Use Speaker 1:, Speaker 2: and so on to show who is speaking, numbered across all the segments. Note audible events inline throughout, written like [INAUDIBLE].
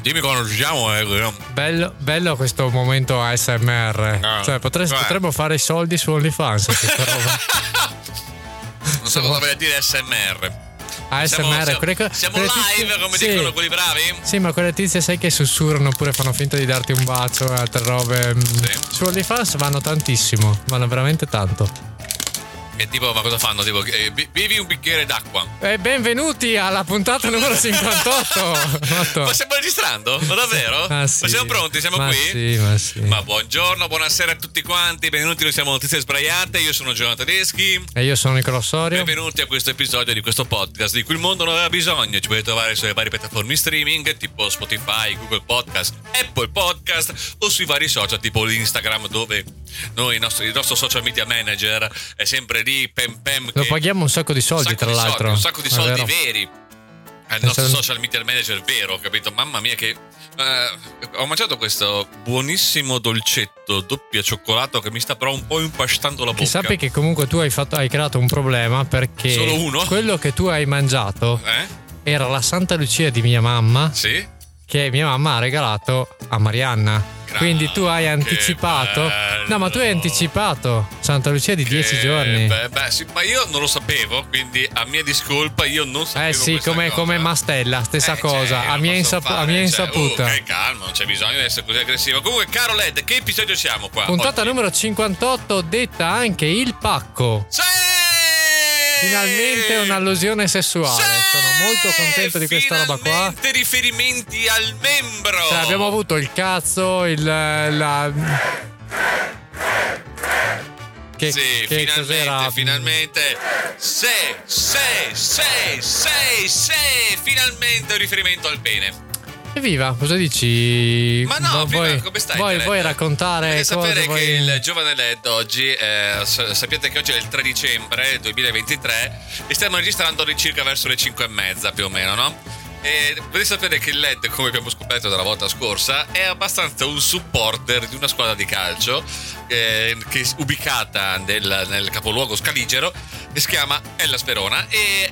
Speaker 1: Dimmi quando usciamo, eh.
Speaker 2: Bello, bello questo momento ASMR.
Speaker 1: Ah,
Speaker 2: Cioè, potres-
Speaker 1: vabbè.
Speaker 2: potremmo fare i soldi su OnlyFans. questa roba.
Speaker 1: Non so cosa vuol dire SMR.
Speaker 2: ASMR,
Speaker 1: [LAUGHS] Siamo, siamo-
Speaker 2: quelle co-
Speaker 1: siamo
Speaker 2: quelle
Speaker 1: live,
Speaker 2: tizie-
Speaker 1: come
Speaker 2: sì.
Speaker 1: dicono quelli bravi?
Speaker 2: Sì, ma quelle tizie sai che sussurrano oppure fanno finta di darti un bacio e altre robe. mm. Su OnlyFans vanno tantissimo, vanno veramente tanto.
Speaker 1: E tipo, ma cosa fanno? Tipo, eh, bi- bevi un bicchiere
Speaker 2: [LAUGHS]
Speaker 1: d'acqua.
Speaker 2: E benvenuti alla puntata
Speaker 1: [LAUGHS]
Speaker 2: numero 58. Otto.
Speaker 1: Ma stiamo registrando? Ma davvero?
Speaker 2: Ma sì.
Speaker 1: siamo pronti? Siamo
Speaker 2: Ma
Speaker 1: qui?
Speaker 2: Sì, ma sì.
Speaker 1: Ma buongiorno, buonasera a tutti quanti, benvenuti, noi siamo Notizie Sbraiate, io sono Giovanni Tedeschi,
Speaker 2: E io sono Nicolò Sorio.
Speaker 1: benvenuti a questo episodio di questo podcast di cui il mondo non aveva bisogno, ci potete trovare sulle varie piattaforme streaming tipo Spotify, Google Podcast, Apple Podcast o sui vari social tipo l'Instagram dove noi, il, nostro, il nostro social media manager è sempre lì, pem pem,
Speaker 2: Lo
Speaker 1: che-
Speaker 2: paghiamo un sacco di
Speaker 1: un
Speaker 2: soldi,
Speaker 1: sacco
Speaker 2: tra
Speaker 1: di soldi,
Speaker 2: l'altro.
Speaker 1: un sacco di
Speaker 2: È
Speaker 1: soldi
Speaker 2: vero.
Speaker 1: veri. È il
Speaker 2: Penso-
Speaker 1: nostro social media manager vero, capito? Mamma mia che... eh, ho mangiato questo buonissimo dolcetto doppia cioccolato che mi sta però un po' impastando la bocca.
Speaker 2: Che sappi che comunque tu hai, fatto- hai creato un problema perché
Speaker 1: Solo uno?
Speaker 2: quello che tu hai mangiato
Speaker 1: Eh?
Speaker 2: era la Santa Lucia di mia mamma
Speaker 1: Sì?
Speaker 2: che mia mamma ha regalato a Marianna.
Speaker 1: Grande,
Speaker 2: Quindi tu hai anticipato.
Speaker 1: bello.
Speaker 2: No, ma tu hai anticipato Santa Lucia di 10
Speaker 1: Eh,
Speaker 2: giorni.
Speaker 1: Beh, beh, sì, ma io non lo sapevo, quindi a mia discolpa io non sapevo
Speaker 2: eh sì,
Speaker 1: questa
Speaker 2: come,
Speaker 1: cosa.
Speaker 2: come Mastella, stessa
Speaker 1: Eh,
Speaker 2: cosa,
Speaker 1: cioè,
Speaker 2: a,
Speaker 1: non
Speaker 2: mia
Speaker 1: posso
Speaker 2: insap- a
Speaker 1: fare,
Speaker 2: mia
Speaker 1: cioè,
Speaker 2: insaputa.
Speaker 1: oh, che calma, non c'è bisogno di essere così aggressivo. Comunque, caro Led, che episodio siamo qua?
Speaker 2: Puntata
Speaker 1: Oggi?
Speaker 2: numero 58, detta anche il pacco.
Speaker 1: Sì!
Speaker 2: Finalmente un'allusione sessuale.
Speaker 1: Sì!
Speaker 2: Sono molto contento di questa roba qua.
Speaker 1: Finalmente riferimenti al membro.
Speaker 2: Cioè, abbiamo avuto il cazzo, il. la. Che,
Speaker 1: sì,
Speaker 2: che
Speaker 1: finalmente,
Speaker 2: cos'era?
Speaker 1: finalmente. Se, se, se, se, se, finalmente un riferimento al bene.
Speaker 2: Evviva, cosa dici?
Speaker 1: Ma no,
Speaker 2: Vo-
Speaker 1: prima,
Speaker 2: vuoi,
Speaker 1: come stai?
Speaker 2: Vuoi,
Speaker 1: Led?
Speaker 2: vuoi raccontare
Speaker 1: Dovete
Speaker 2: Eh, cosa
Speaker 1: sapere
Speaker 2: vuoi...
Speaker 1: che il giovane Led oggi, eh, sa- sappiate che oggi è il 3 dicembre 2023 e stiamo registrando all'incirca verso le 5 e mezza più o meno, no? E potete sapere che il Led, come abbiamo scoperto dalla volta scorsa, è abbastanza un supporter di una squadra di calcio eh, che è ubicata nel, nel capoluogo scaligero che si chiama Ella Sperona e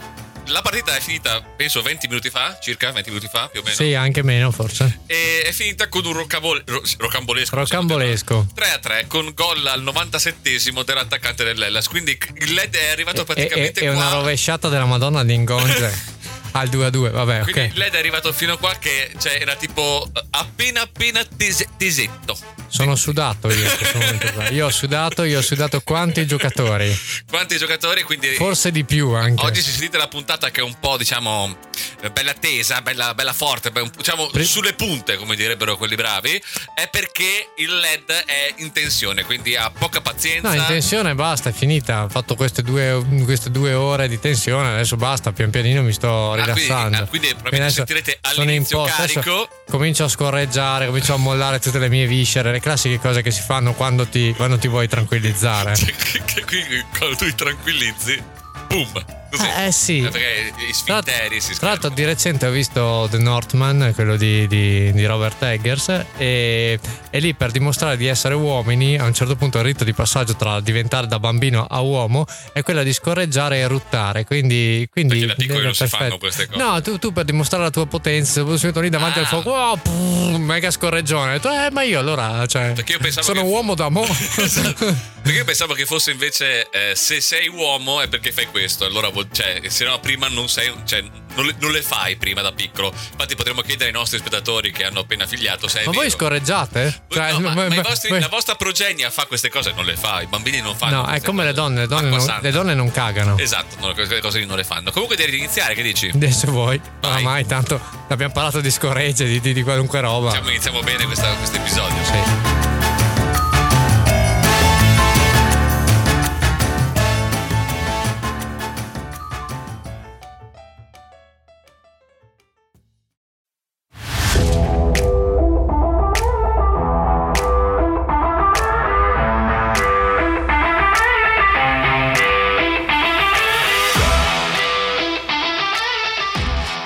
Speaker 1: la partita è finita penso 20 minuti fa, circa 20 minuti fa più o meno
Speaker 2: Sì, anche meno forse.
Speaker 1: e è finita con un roccavol- ro- rocambolesco.
Speaker 2: Rocambolesco.
Speaker 1: 3 a 3 con gol al 97esimo dell'attaccante dell'Ellas. Quindi il LED è arrivato
Speaker 2: E- e-
Speaker 1: praticamente
Speaker 2: e
Speaker 1: qua.
Speaker 2: una rovesciata della Madonna
Speaker 1: [LAUGHS]
Speaker 2: di Ingonge al 2 a 2. Vabbè,
Speaker 1: Quindi
Speaker 2: ok.
Speaker 1: il LED è arrivato fino a qua che cioè, era tipo appena appena tese- tesetto.
Speaker 2: Sono sudato io in questo
Speaker 1: [LAUGHS]
Speaker 2: momento. qua. Io ho sudato, io ho sudato quanti giocatori.
Speaker 1: Quanti giocatori, quindi
Speaker 2: Forse di più anche.
Speaker 1: oggi si sentite la puntata che è un po' diciamo eh, bella tesa, bella, bella forte, beh, un- diciamo
Speaker 2: Pre-
Speaker 1: sulle punte come direbbero quelli bravi, è perché il LED è in tensione, quindi ha poca pazienza.
Speaker 2: No, in tensione basta, è finita. Ho fatto queste due, queste due ore di tensione, adesso basta, pian pianino mi sto
Speaker 1: Ah, quindi-
Speaker 2: rilassando.
Speaker 1: ah, quindi probabilmente
Speaker 2: adesso
Speaker 1: sentirete
Speaker 2: sono
Speaker 1: all'inizio
Speaker 2: in posto, adesso
Speaker 1: carico.
Speaker 2: Comincio a scorreggiare, comincio a mollare tutte le mie viscere, le classiche cose che si fanno quando ti, quando ti vuoi tranquillizzare.
Speaker 1: Cioè, che, che qui quando tu ti tranquillizzi, boom! Così.
Speaker 2: Eh, eh, sì.
Speaker 1: Eh, Perché i
Speaker 2: Tra
Speaker 1: sfinteri si
Speaker 2: tra l'altro
Speaker 1: schermano.
Speaker 2: di recente ho visto The Northman, quello di, di- di Robert Eggers, e, e lì per dimostrare di essere uomini, a un certo punto il rito di passaggio tra diventare da bambino a uomo è quello di scorreggiare e ruttare. Quindi, quindi
Speaker 1: Perché da piccoli non si
Speaker 2: perfetto.
Speaker 1: fanno queste cose.
Speaker 2: No, tu, tu per dimostrare la tua potenza, sei subito lì davanti
Speaker 1: Ah.
Speaker 2: al fuoco, oh, pff, mega scorreggione. E tu, eh, ma io allora cioè,
Speaker 1: Perché io pensavo
Speaker 2: sono
Speaker 1: che-
Speaker 2: uomo
Speaker 1: [LAUGHS]
Speaker 2: da mo. [LAUGHS]
Speaker 1: Esatto. [LAUGHS] Perché io pensavo che fosse invece eh, se sei uomo è perché fai questo, allora vuol- cioè, se no prima non sei, cioè, non, le, non le fai prima da piccolo. Infatti potremmo chiedere ai nostri spettatori che hanno appena figliato se è
Speaker 2: ma voi
Speaker 1: vero.
Speaker 2: scorreggiate? Cioè,
Speaker 1: Voi- no, ma,
Speaker 2: ma-
Speaker 1: ma i
Speaker 2: ma-
Speaker 1: vostri-
Speaker 2: voi-
Speaker 1: la vostra progenia fa queste cose, non le fa, i bambini non fanno.
Speaker 2: No, è
Speaker 1: queste
Speaker 2: come le
Speaker 1: cose.
Speaker 2: donne, le donne,
Speaker 1: Acqua
Speaker 2: non,
Speaker 1: santa.
Speaker 2: le donne non cagano.
Speaker 1: Esatto, no, queste cose lì non le fanno. Comunque devi iniziare, che dici?
Speaker 2: Adesso voi,
Speaker 1: Vai.
Speaker 2: oramai tanto abbiamo parlato di scorregge, di, di- di qualunque roba.
Speaker 1: Diciamo, iniziamo bene questa- questo episodio.
Speaker 2: Ah. Sì.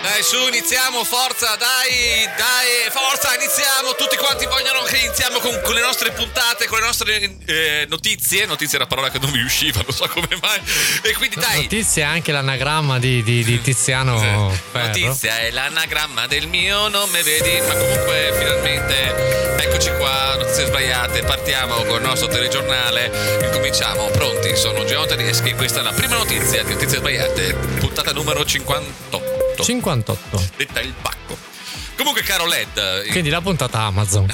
Speaker 1: Dai, su, iniziamo, forza, dai! dai, dai, forza, iniziamo. Tutti quanti vogliono che iniziamo con, con le nostre puntate, con le nostre eh, notizie. Notizie è una parola che non mi usciva, non so come mai. E quindi dai. Eh,
Speaker 2: Notizia è anche l'anagramma di, di- di Tiziano
Speaker 1: Sì.
Speaker 2: Ferro.
Speaker 1: Notizia è l'anagramma del mio nome, vedi? Ma comunque finalmente eccoci qua, notizie sbagliate, partiamo col nostro telegiornale, incominciamo, pronti, sono Giovanni Tedeschi, questa è la prima notizia di notizie sbagliate, puntata numero 58,
Speaker 2: 58.
Speaker 1: detta il pacco. Comunque caro Led, eh, in-
Speaker 2: Quindi la
Speaker 1: [LAUGHS]
Speaker 2: puntata Amazon.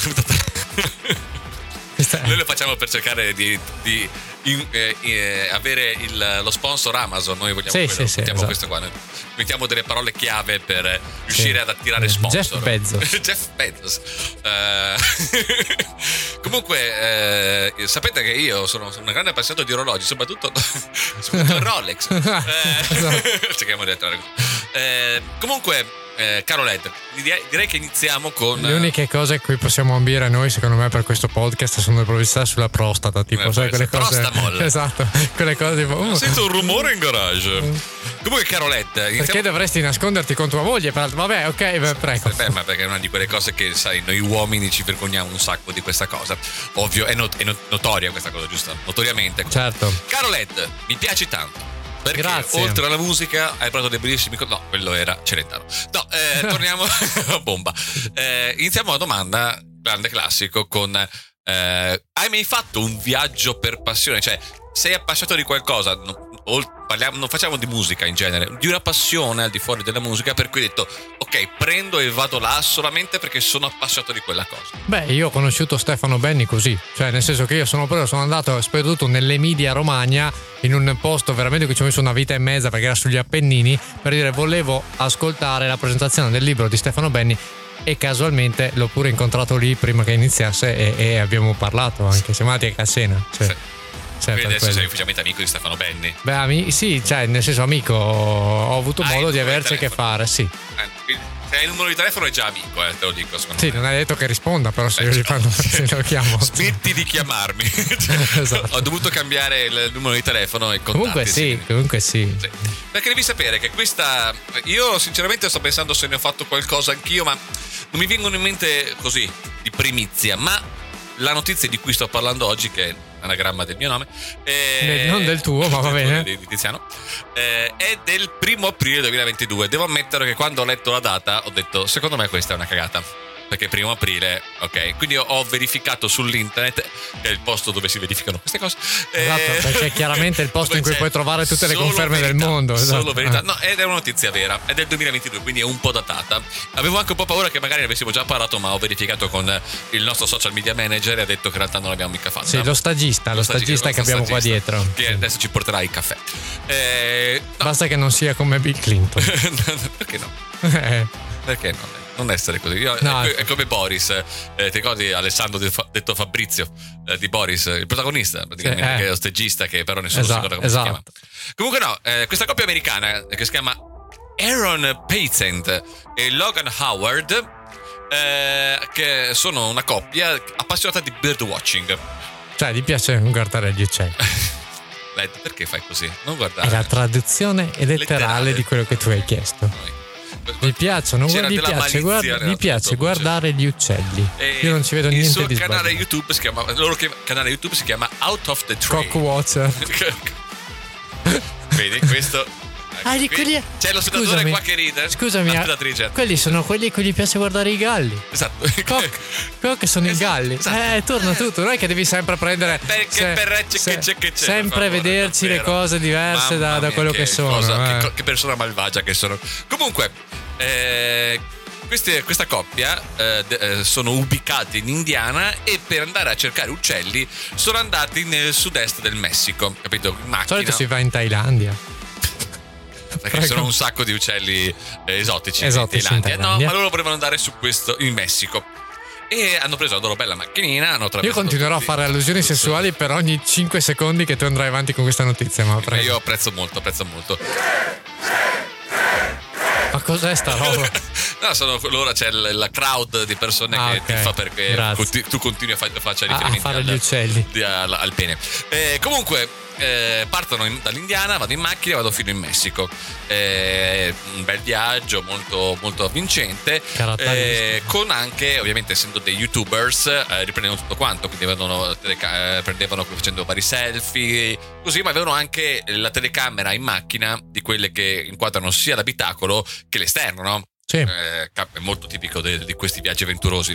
Speaker 2: Questa è-
Speaker 1: noi lo facciamo per cercare di... di in- eh, eh, avere il- lo sponsor Amazon noi vogliamo
Speaker 2: Sì,
Speaker 1: quello,
Speaker 2: sì, sì,
Speaker 1: mettiamo
Speaker 2: esatto.
Speaker 1: questo qua noi mettiamo delle parole chiave per riuscire ad attirare
Speaker 2: Eh,
Speaker 1: sponsor
Speaker 2: Jeff Bezos.
Speaker 1: [LAUGHS] Jeff Bezos. Eh, [LAUGHS] comunque, eh, sapete che io sono, sono un grande appassionato di orologi, soprattutto, [LAUGHS] soprattutto
Speaker 2: [LAUGHS]
Speaker 1: Rolex.
Speaker 2: Ah,
Speaker 1: Eh,
Speaker 2: esatto.
Speaker 1: [LAUGHS] cerchiamo di attrarre. Eh, comunque, eh, caro Led, direi direi che iniziamo con.
Speaker 2: Le uniche cose a cui possiamo ambire noi, secondo me, per questo podcast sono le pubblicità sulla prostata. Tipo,
Speaker 1: Eh,
Speaker 2: sai, quelle cose.
Speaker 1: Prostamol.
Speaker 2: [LAUGHS] Esatto, quelle cose tipo. uh,
Speaker 1: Sento un rumore in garage. Comunque, caro Led, iniziamo.
Speaker 2: perché dovresti nasconderti con tua moglie? peraltro? Vabbè, ok, beh, prego.
Speaker 1: Beh, ma perché è una di quelle cose che, sai, noi uomini ci vergogniamo un sacco di questa cosa. Ovvio, è, not- è not- notoria questa cosa, giusto? Notoriamente.
Speaker 2: Certo.
Speaker 1: Caro Led, mi piaci tanto. Perché
Speaker 2: Grazie.
Speaker 1: oltre alla musica hai parlato dei bellissimi. co- no, quello era Celentano. No,
Speaker 2: [LAUGHS]
Speaker 1: eh, torniamo [LAUGHS] a bomba. Eh, iniziamo la domanda, grande classico, con eh, hai mai fatto un viaggio per passione? Cioè, sei appassionato di qualcosa? No, ol- parliamo- non facciamo di musica in genere, di una passione al di fuori della musica, per cui hai detto, ok, prendo e vado là solamente perché sono appassionato di quella cosa.
Speaker 2: Beh, io ho conosciuto Stefano Benni così, cioè nel senso che io sono proprio sono andato speduto nell'Emilia Romagna in un posto veramente che ci ho messo una vita e mezza perché era sugli Appennini per dire volevo ascoltare la presentazione del libro di Stefano Benni e casualmente l'ho pure incontrato lì prima che iniziasse e, e abbiamo parlato anche, siamo andati a cena, cioè,
Speaker 1: Sì.
Speaker 2: cioè,
Speaker 1: Quindi
Speaker 2: per
Speaker 1: adesso
Speaker 2: quello.
Speaker 1: sei ufficialmente amico di Stefano Benni.
Speaker 2: Beh, ami- sì, cioè nel senso amico, ho avuto
Speaker 1: Ah, il
Speaker 2: modo di
Speaker 1: tuo
Speaker 2: averci a che
Speaker 1: telefono.
Speaker 2: fare, sì.
Speaker 1: Eh, quindi Se hai il numero di telefono è già amico, eh, te lo dico. Secondo
Speaker 2: Sì,
Speaker 1: me.
Speaker 2: non hai detto che risponda, però se
Speaker 1: Eh,
Speaker 2: io gli
Speaker 1: cioè,
Speaker 2: fanno, se lo chiamo.
Speaker 1: Smetti di
Speaker 2: [LAUGHS]
Speaker 1: chiamarmi. Cioè,
Speaker 2: Esatto.
Speaker 1: Ho dovuto cambiare il numero di telefono e contatti.
Speaker 2: Comunque sì, comunque sì.
Speaker 1: Sì. Perché devi sapere che questa. Io sinceramente sto pensando se ne ho fatto qualcosa anch'io, ma non mi vengono in mente così di primizia. Ma la notizia di cui sto parlando oggi, che è l'anagramma del mio nome, è-
Speaker 2: Eh, non del tuo, ma va
Speaker 1: del
Speaker 2: bene.
Speaker 1: Di, di Tiziano, eh, è del primo aprile 2022. Devo ammettere che quando ho letto la data ho detto, secondo me questa è una cagata. Perché primo aprile, ok. Quindi ho- ho verificato sull'internet, che è il posto dove si verificano queste cose.
Speaker 2: Esatto, perché è chiaramente il posto in cui
Speaker 1: [LAUGHS] dove c'è
Speaker 2: puoi trovare tutte le
Speaker 1: Eh, solo
Speaker 2: conferme del
Speaker 1: verità,
Speaker 2: mondo, esatto.
Speaker 1: Solo verità.
Speaker 2: Ah.
Speaker 1: No, ed è una notizia vera, è del 2022, quindi è un po' datata. Avevo anche un po' paura che magari ne avessimo già parlato, ma ho verificato con il nostro social media manager e ha detto che in realtà non l'abbiamo mica fatta.
Speaker 2: Sì, lo stagista, lo, stagista che abbiamo qua
Speaker 1: stagista,
Speaker 2: dietro.
Speaker 1: Che
Speaker 2: Sì.
Speaker 1: adesso ci porterà il caffè. Eh, [LAUGHS] no.
Speaker 2: Basta che non sia come
Speaker 1: [LAUGHS]
Speaker 2: Bill Clinton.
Speaker 1: perché no?
Speaker 2: Eh,
Speaker 1: Perché no? Non essere così. Io-
Speaker 2: No,
Speaker 1: è,
Speaker 2: ecco.
Speaker 1: è come Boris. eh, ti ricordi Alessandro De Fa- detto Fabrizio eh, di Boris, il protagonista, praticamente,
Speaker 2: Sì, eh.
Speaker 1: che è lo stagista, che però nessuno si ricorda
Speaker 2: esatto,
Speaker 1: come si chiama.
Speaker 2: esatto.
Speaker 1: Comunque no, eh, questa coppia americana eh, che si chiama Aaron Patent e Logan Howard, eh, che sono una coppia appassionata di birdwatching.
Speaker 2: Cioè, gli piace guardare gli uccelli.
Speaker 1: Led, perché fai così? Non
Speaker 2: È
Speaker 1: guardare. [LAUGHS]
Speaker 2: la traduzione letterale,
Speaker 1: Letterale.
Speaker 2: di quello che tu hai chiesto.
Speaker 1: Noi.
Speaker 2: Mi piacciono,
Speaker 1: C'era
Speaker 2: gli
Speaker 1: della
Speaker 2: piace,
Speaker 1: malizia
Speaker 2: guarda-
Speaker 1: nella
Speaker 2: mi
Speaker 1: tua
Speaker 2: piace
Speaker 1: voce.
Speaker 2: guardare gli uccelli.
Speaker 1: E
Speaker 2: Io non ci vedo
Speaker 1: Eh, il
Speaker 2: niente
Speaker 1: suo
Speaker 2: di
Speaker 1: canale
Speaker 2: sbagliato.
Speaker 1: YouTube si chiama il loro che- canale YouTube si chiama Out of the Tree
Speaker 2: Cockwatcher.
Speaker 1: [LAUGHS] Vedi, questo.
Speaker 2: Ah, di
Speaker 1: qui-
Speaker 2: quelli-
Speaker 1: C'è lo spettatore
Speaker 2: Scusami.
Speaker 1: qua che ride.
Speaker 2: Scusami,
Speaker 1: La
Speaker 2: ah,
Speaker 1: spettatrice.
Speaker 2: quelli sono quelli a cui gli piace guardare i galli.
Speaker 1: Esatto.
Speaker 2: Cock, cock sono i
Speaker 1: Esatto,
Speaker 2: galli.
Speaker 1: esatto.
Speaker 2: Eh, torna tutto. Non è che devi sempre prendere.
Speaker 1: Perché per- c'è- c'è- c'è- c'è,
Speaker 2: sempre
Speaker 1: per favore,
Speaker 2: vederci le
Speaker 1: davvero.
Speaker 2: cose diverse
Speaker 1: Mamma
Speaker 2: da, da
Speaker 1: mia,
Speaker 2: quello che, sono.
Speaker 1: cosa-
Speaker 2: eh.
Speaker 1: Che, co- che persona malvagia che sono. Comunque, eh, queste- questa coppia eh, de- eh, sono ubicati in Indiana e per andare a cercare uccelli sono andati nel sud-est del Messico. Capito? In
Speaker 2: Di solito
Speaker 1: macchina.
Speaker 2: si va in Thailandia.
Speaker 1: Perché ci
Speaker 2: Prego.
Speaker 1: sono un sacco di uccelli eh, esotici,
Speaker 2: Esotici
Speaker 1: in Thailandia.
Speaker 2: in Thailandia.
Speaker 1: No, ma loro volevano andare su questo in Messico. E hanno preso la loro bella macchinina. Hanno
Speaker 2: Io
Speaker 1: attraversato
Speaker 2: continuerò a
Speaker 1: tutti-
Speaker 2: fare allusioni
Speaker 1: tutto.
Speaker 2: sessuali per ogni 5 secondi che tu andrai avanti con questa notizia. Ma
Speaker 1: Eh,
Speaker 2: prego.
Speaker 1: Io apprezzo molto, apprezzo molto.
Speaker 2: Ma cos'è sta
Speaker 1: [LAUGHS]
Speaker 2: roba?
Speaker 1: no, sono loro, c'è l- la crowd di persone
Speaker 2: Ah,
Speaker 1: che
Speaker 2: ok.
Speaker 1: ti fa perché
Speaker 2: Grazie.
Speaker 1: conti- tu continui a, fa- a fare
Speaker 2: A- a
Speaker 1: riferimenti
Speaker 2: fare
Speaker 1: al-
Speaker 2: gli uccelli.
Speaker 1: di- al, al pene. Eh, comunque, eh, partono in- dall'Indiana, vado in macchina e vado fino in Messico. Eh, un bel viaggio molto, molto avvincente.
Speaker 2: Caratteristico.
Speaker 1: eh, con anche, ovviamente, essendo dei youtubers, eh, riprendono tutto quanto. Quindi avevano teleca- eh, prendevano facendo vari selfie, così, ma avevano anche la telecamera in macchina di quelle che inquadrano sia l'abitacolo che l'esterno, no?
Speaker 2: Sì.
Speaker 1: Eh, cap- è molto tipico de- di questi viaggi avventurosi.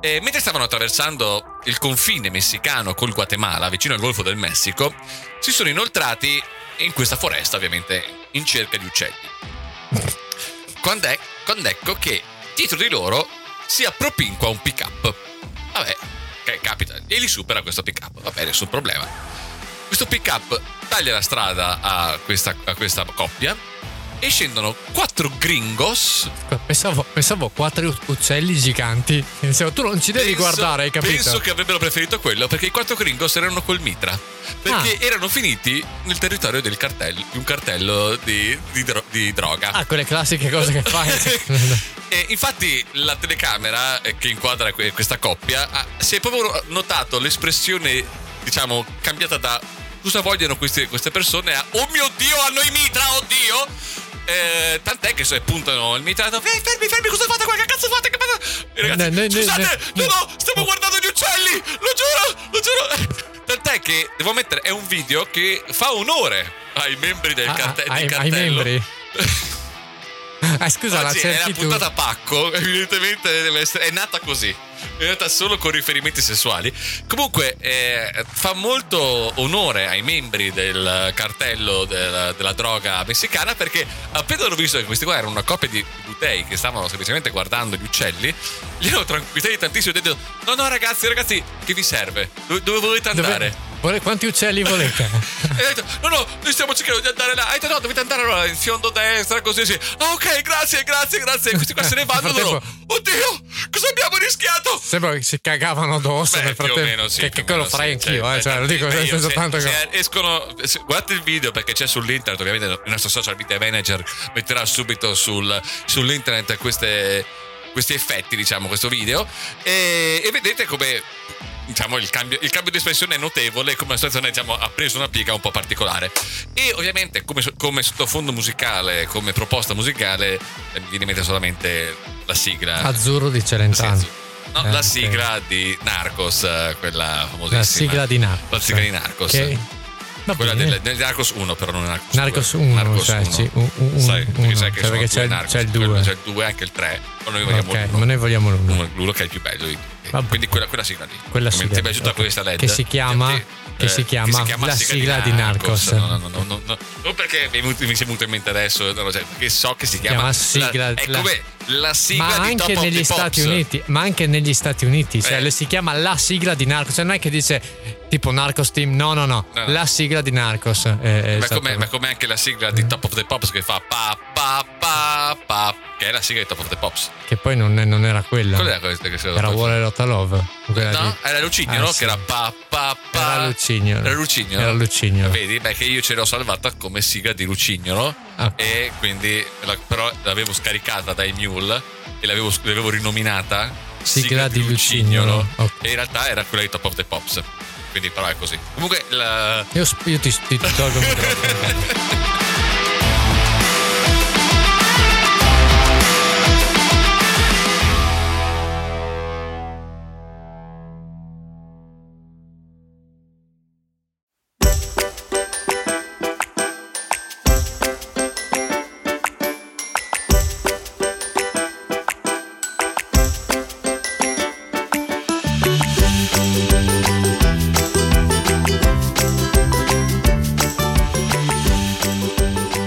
Speaker 1: E mentre stavano attraversando il confine messicano col Guatemala, vicino al Golfo del Messico, si sono inoltrati in questa foresta, ovviamente, in cerca di uccelli. Quando, è, quando ecco che dietro di loro si appropinqua un pick-up. Vabbè, che capita, e li supera questo pick-up, vabbè, nessun problema. Questo pick-up taglia la strada a questa, a questa coppia e scendono quattro gringos
Speaker 2: Pensavo, pensavo quattro u- uccelli giganti. Pensavo, tu non ci devi
Speaker 1: Penso-
Speaker 2: guardare, hai capito?
Speaker 1: Penso che avrebbero preferito quello perché i quattro Kringos erano col mitra. Perché
Speaker 2: Ah.
Speaker 1: erano finiti nel territorio del cartello, di un cartello di, di dro- di droga.
Speaker 2: Ah, quelle classiche cose che
Speaker 1: [LAUGHS]
Speaker 2: fai. Eh,
Speaker 1: E Eh, infatti la telecamera eh, che inquadra que- questa coppia ha- si è proprio notato l'espressione, diciamo, cambiata da cosa vogliono questi- queste persone a oh mio dio, hanno i mitra, oddio! Eh, tant'è che se puntano il mitra e dicono, "Eh, fermi, fermi, cosa fate qua? Che cazzo fate? Che cazzo-" E ragazzi,
Speaker 2: No, no, no,
Speaker 1: scusate,
Speaker 2: no,
Speaker 1: no,
Speaker 2: no.
Speaker 1: no, stiamo guardando gli uccelli, lo giuro, lo giuro. [LAUGHS] Tant'è che, devo ammettere, è un video che fa onore ai membri del
Speaker 2: Ah,
Speaker 1: carte- del
Speaker 2: ai, ai
Speaker 1: cartello.
Speaker 2: membri.
Speaker 1: [LAUGHS]
Speaker 2: Ah, scusa, la
Speaker 1: Oggi è
Speaker 2: cerchi
Speaker 1: la
Speaker 2: tu.
Speaker 1: puntata pacco, evidentemente deve essere- è nata così. È nata solo con riferimenti sessuali. Comunque, eh, fa molto onore ai membri del cartello della, della droga messicana perché appena hanno visto che questi qua erano una coppia di butei che stavano semplicemente guardando gli uccelli, li hanno tranquillizzati tantissimo e hanno detto: No, no, ragazzi, ragazzi, che vi serve? Dove, dove volete
Speaker 2: Dove-
Speaker 1: andare?
Speaker 2: vole- quanti
Speaker 1: [LAUGHS]
Speaker 2: uccelli volete?
Speaker 1: E ha detto, no, no, noi stiamo cercando di andare là. Ha detto, no, dovete andare allora in fondo destra, così, così. Ah, ok, grazie, grazie, grazie. E Questi qua se ne vanno.
Speaker 2: [LAUGHS] Nel frattempo-
Speaker 1: loro, Oddio, cosa abbiamo rischiato?
Speaker 2: Sembra che si cagavano addosso
Speaker 1: Beh,
Speaker 2: nel
Speaker 1: più o
Speaker 2: frattempo.
Speaker 1: meno sì.
Speaker 2: che
Speaker 1: più
Speaker 2: che
Speaker 1: o
Speaker 2: quello
Speaker 1: meno
Speaker 2: farei
Speaker 1: sì,
Speaker 2: anch'io, eh, cioè, lo dico
Speaker 1: io,
Speaker 2: nel senso
Speaker 1: se-
Speaker 2: tanto che.
Speaker 1: se eh, escono, se- guardate il video perché c'è sull'internet, ovviamente il nostro social media manager metterà subito sul- sull'internet queste- questi effetti, diciamo, questo video. E, e vedete come. Diciamo, il cambio, il cambio di espressione è notevole, come la situazione diciamo, ha preso una piega un po' particolare. E ovviamente, come, so- come sottofondo musicale, come proposta musicale, eh, mi viene in mente solamente la sigla.
Speaker 2: Azzurro di Celentano.
Speaker 1: Sì, sì. No,
Speaker 2: Eh,
Speaker 1: la
Speaker 2: ok.
Speaker 1: sigla di Narcos, eh, quella famosissima.
Speaker 2: La sigla di Narcos.
Speaker 1: La sigla di Narcos.
Speaker 2: Che- Va
Speaker 1: Quella
Speaker 2: bene.
Speaker 1: del, del Narcos 1, però non Narcos 2.
Speaker 2: Narcos 1,
Speaker 1: Narcos
Speaker 2: cioè,
Speaker 1: 1.
Speaker 2: sì, un- un-
Speaker 1: sai, perché sai che
Speaker 2: uno, cioè,
Speaker 1: sono
Speaker 2: perché
Speaker 1: due
Speaker 2: c'è il-
Speaker 1: Narcos,
Speaker 2: c'è il
Speaker 1: quello-
Speaker 2: due.
Speaker 1: C'è il 2 e anche il 3. Ma noi vogliamo
Speaker 2: Ok,
Speaker 1: l'uno.
Speaker 2: ma noi vogliamo l'uno.
Speaker 1: Uno- l'uno che è il più bello. di tutti.
Speaker 2: Vabbè.
Speaker 1: Quindi quella, quella sigla lì. Come
Speaker 2: Quella sigla
Speaker 1: Ti è
Speaker 2: lì,
Speaker 1: piaciuta
Speaker 2: ok.
Speaker 1: questa LED?
Speaker 2: Che si chiama-
Speaker 1: Ti-
Speaker 2: che
Speaker 1: eh,
Speaker 2: si chiama la sigla di Narcos.
Speaker 1: No, no, no, no, no, no. Non perché mi è venuto- mi sia venuto in mente adesso, no, no, cioè, perché so che si chiama,
Speaker 2: Chiama sigla-
Speaker 1: la, è
Speaker 2: la-
Speaker 1: come la sigla
Speaker 2: ma
Speaker 1: di Top
Speaker 2: anche
Speaker 1: of the
Speaker 2: negli
Speaker 1: Pops.
Speaker 2: Stati Uniti, ma anche negli Stati Uniti, cioè
Speaker 1: Eh.
Speaker 2: le- si chiama la sigla di Narcos, cioè non è che dice tipo Narcos Team, no, no, no,
Speaker 1: No, no.
Speaker 2: la sigla di Narcos. eh, eh,
Speaker 1: Ma
Speaker 2: esatto.
Speaker 1: come, ma come anche la sigla di Top of the Pops che fa pa pa pa pa che è la sigla di Top of the Pops.
Speaker 2: Che poi non, è- non era quella,
Speaker 1: Qual era questa che si
Speaker 2: era Waller Lotta Love. quella
Speaker 1: No,
Speaker 2: lì.
Speaker 1: era Lucigno,
Speaker 2: Ah,
Speaker 1: no?
Speaker 2: sì.
Speaker 1: Che era pa pa pa.
Speaker 2: Era Lucignolo.
Speaker 1: Era Lucignolo.
Speaker 2: Era Lucignolo.
Speaker 1: Vedi, beh, che io ce l'ho salvata come sigla di Lucignolo
Speaker 2: Ah.
Speaker 1: e quindi la- però l'avevo scaricata dai Mule e l'avevo, l'avevo rinominata
Speaker 2: Sigla di Lucignolo. Ok.
Speaker 1: E in realtà era quella di Top of the Pops. Quindi però è così. Comunque la,
Speaker 2: Io, sp- io ti, ti- ti
Speaker 1: [LAUGHS]
Speaker 2: tolgo il microfono.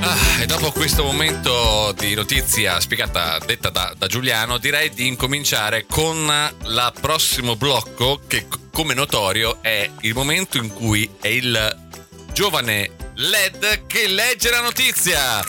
Speaker 1: Ah, e dopo questo momento di notizia spiegata, detta da, da Giuliano, direi di incominciare con il prossimo blocco che, c- come notorio, è il momento in cui è il giovane LED che legge la notizia.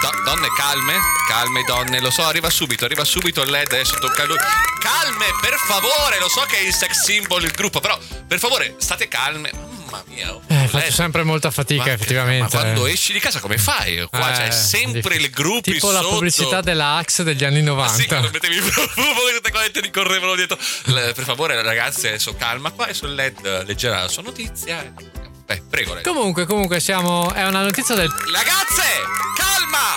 Speaker 1: Do- donne calme, calme donne, lo so, arriva subito, arriva subito il LED, adesso tocca a lui. Calme, per favore, lo so che è il sex symbol il gruppo, però per favore state calme. Mm, mamma mia. oh,
Speaker 2: Eh, faccio
Speaker 1: LED.
Speaker 2: sempre molta fatica,
Speaker 1: Ma che-
Speaker 2: effettivamente.
Speaker 1: Ma quando esci di casa come fai? Qua
Speaker 2: Eh,
Speaker 1: c'è sempre
Speaker 2: difficile.
Speaker 1: il gruppo
Speaker 2: Tipo la pubblicità della Axe degli anni 90.
Speaker 1: Sì, quando mettevi il profumo [LAUGHS] che tutte quante ti correvano dietro. L- per favore, ragazze, adesso calma qua e sul LED leggerà la sua notizia. Beh, prego, lei.
Speaker 2: comunque, comunque, siamo. È una notizia del.
Speaker 1: Ragazze, calma!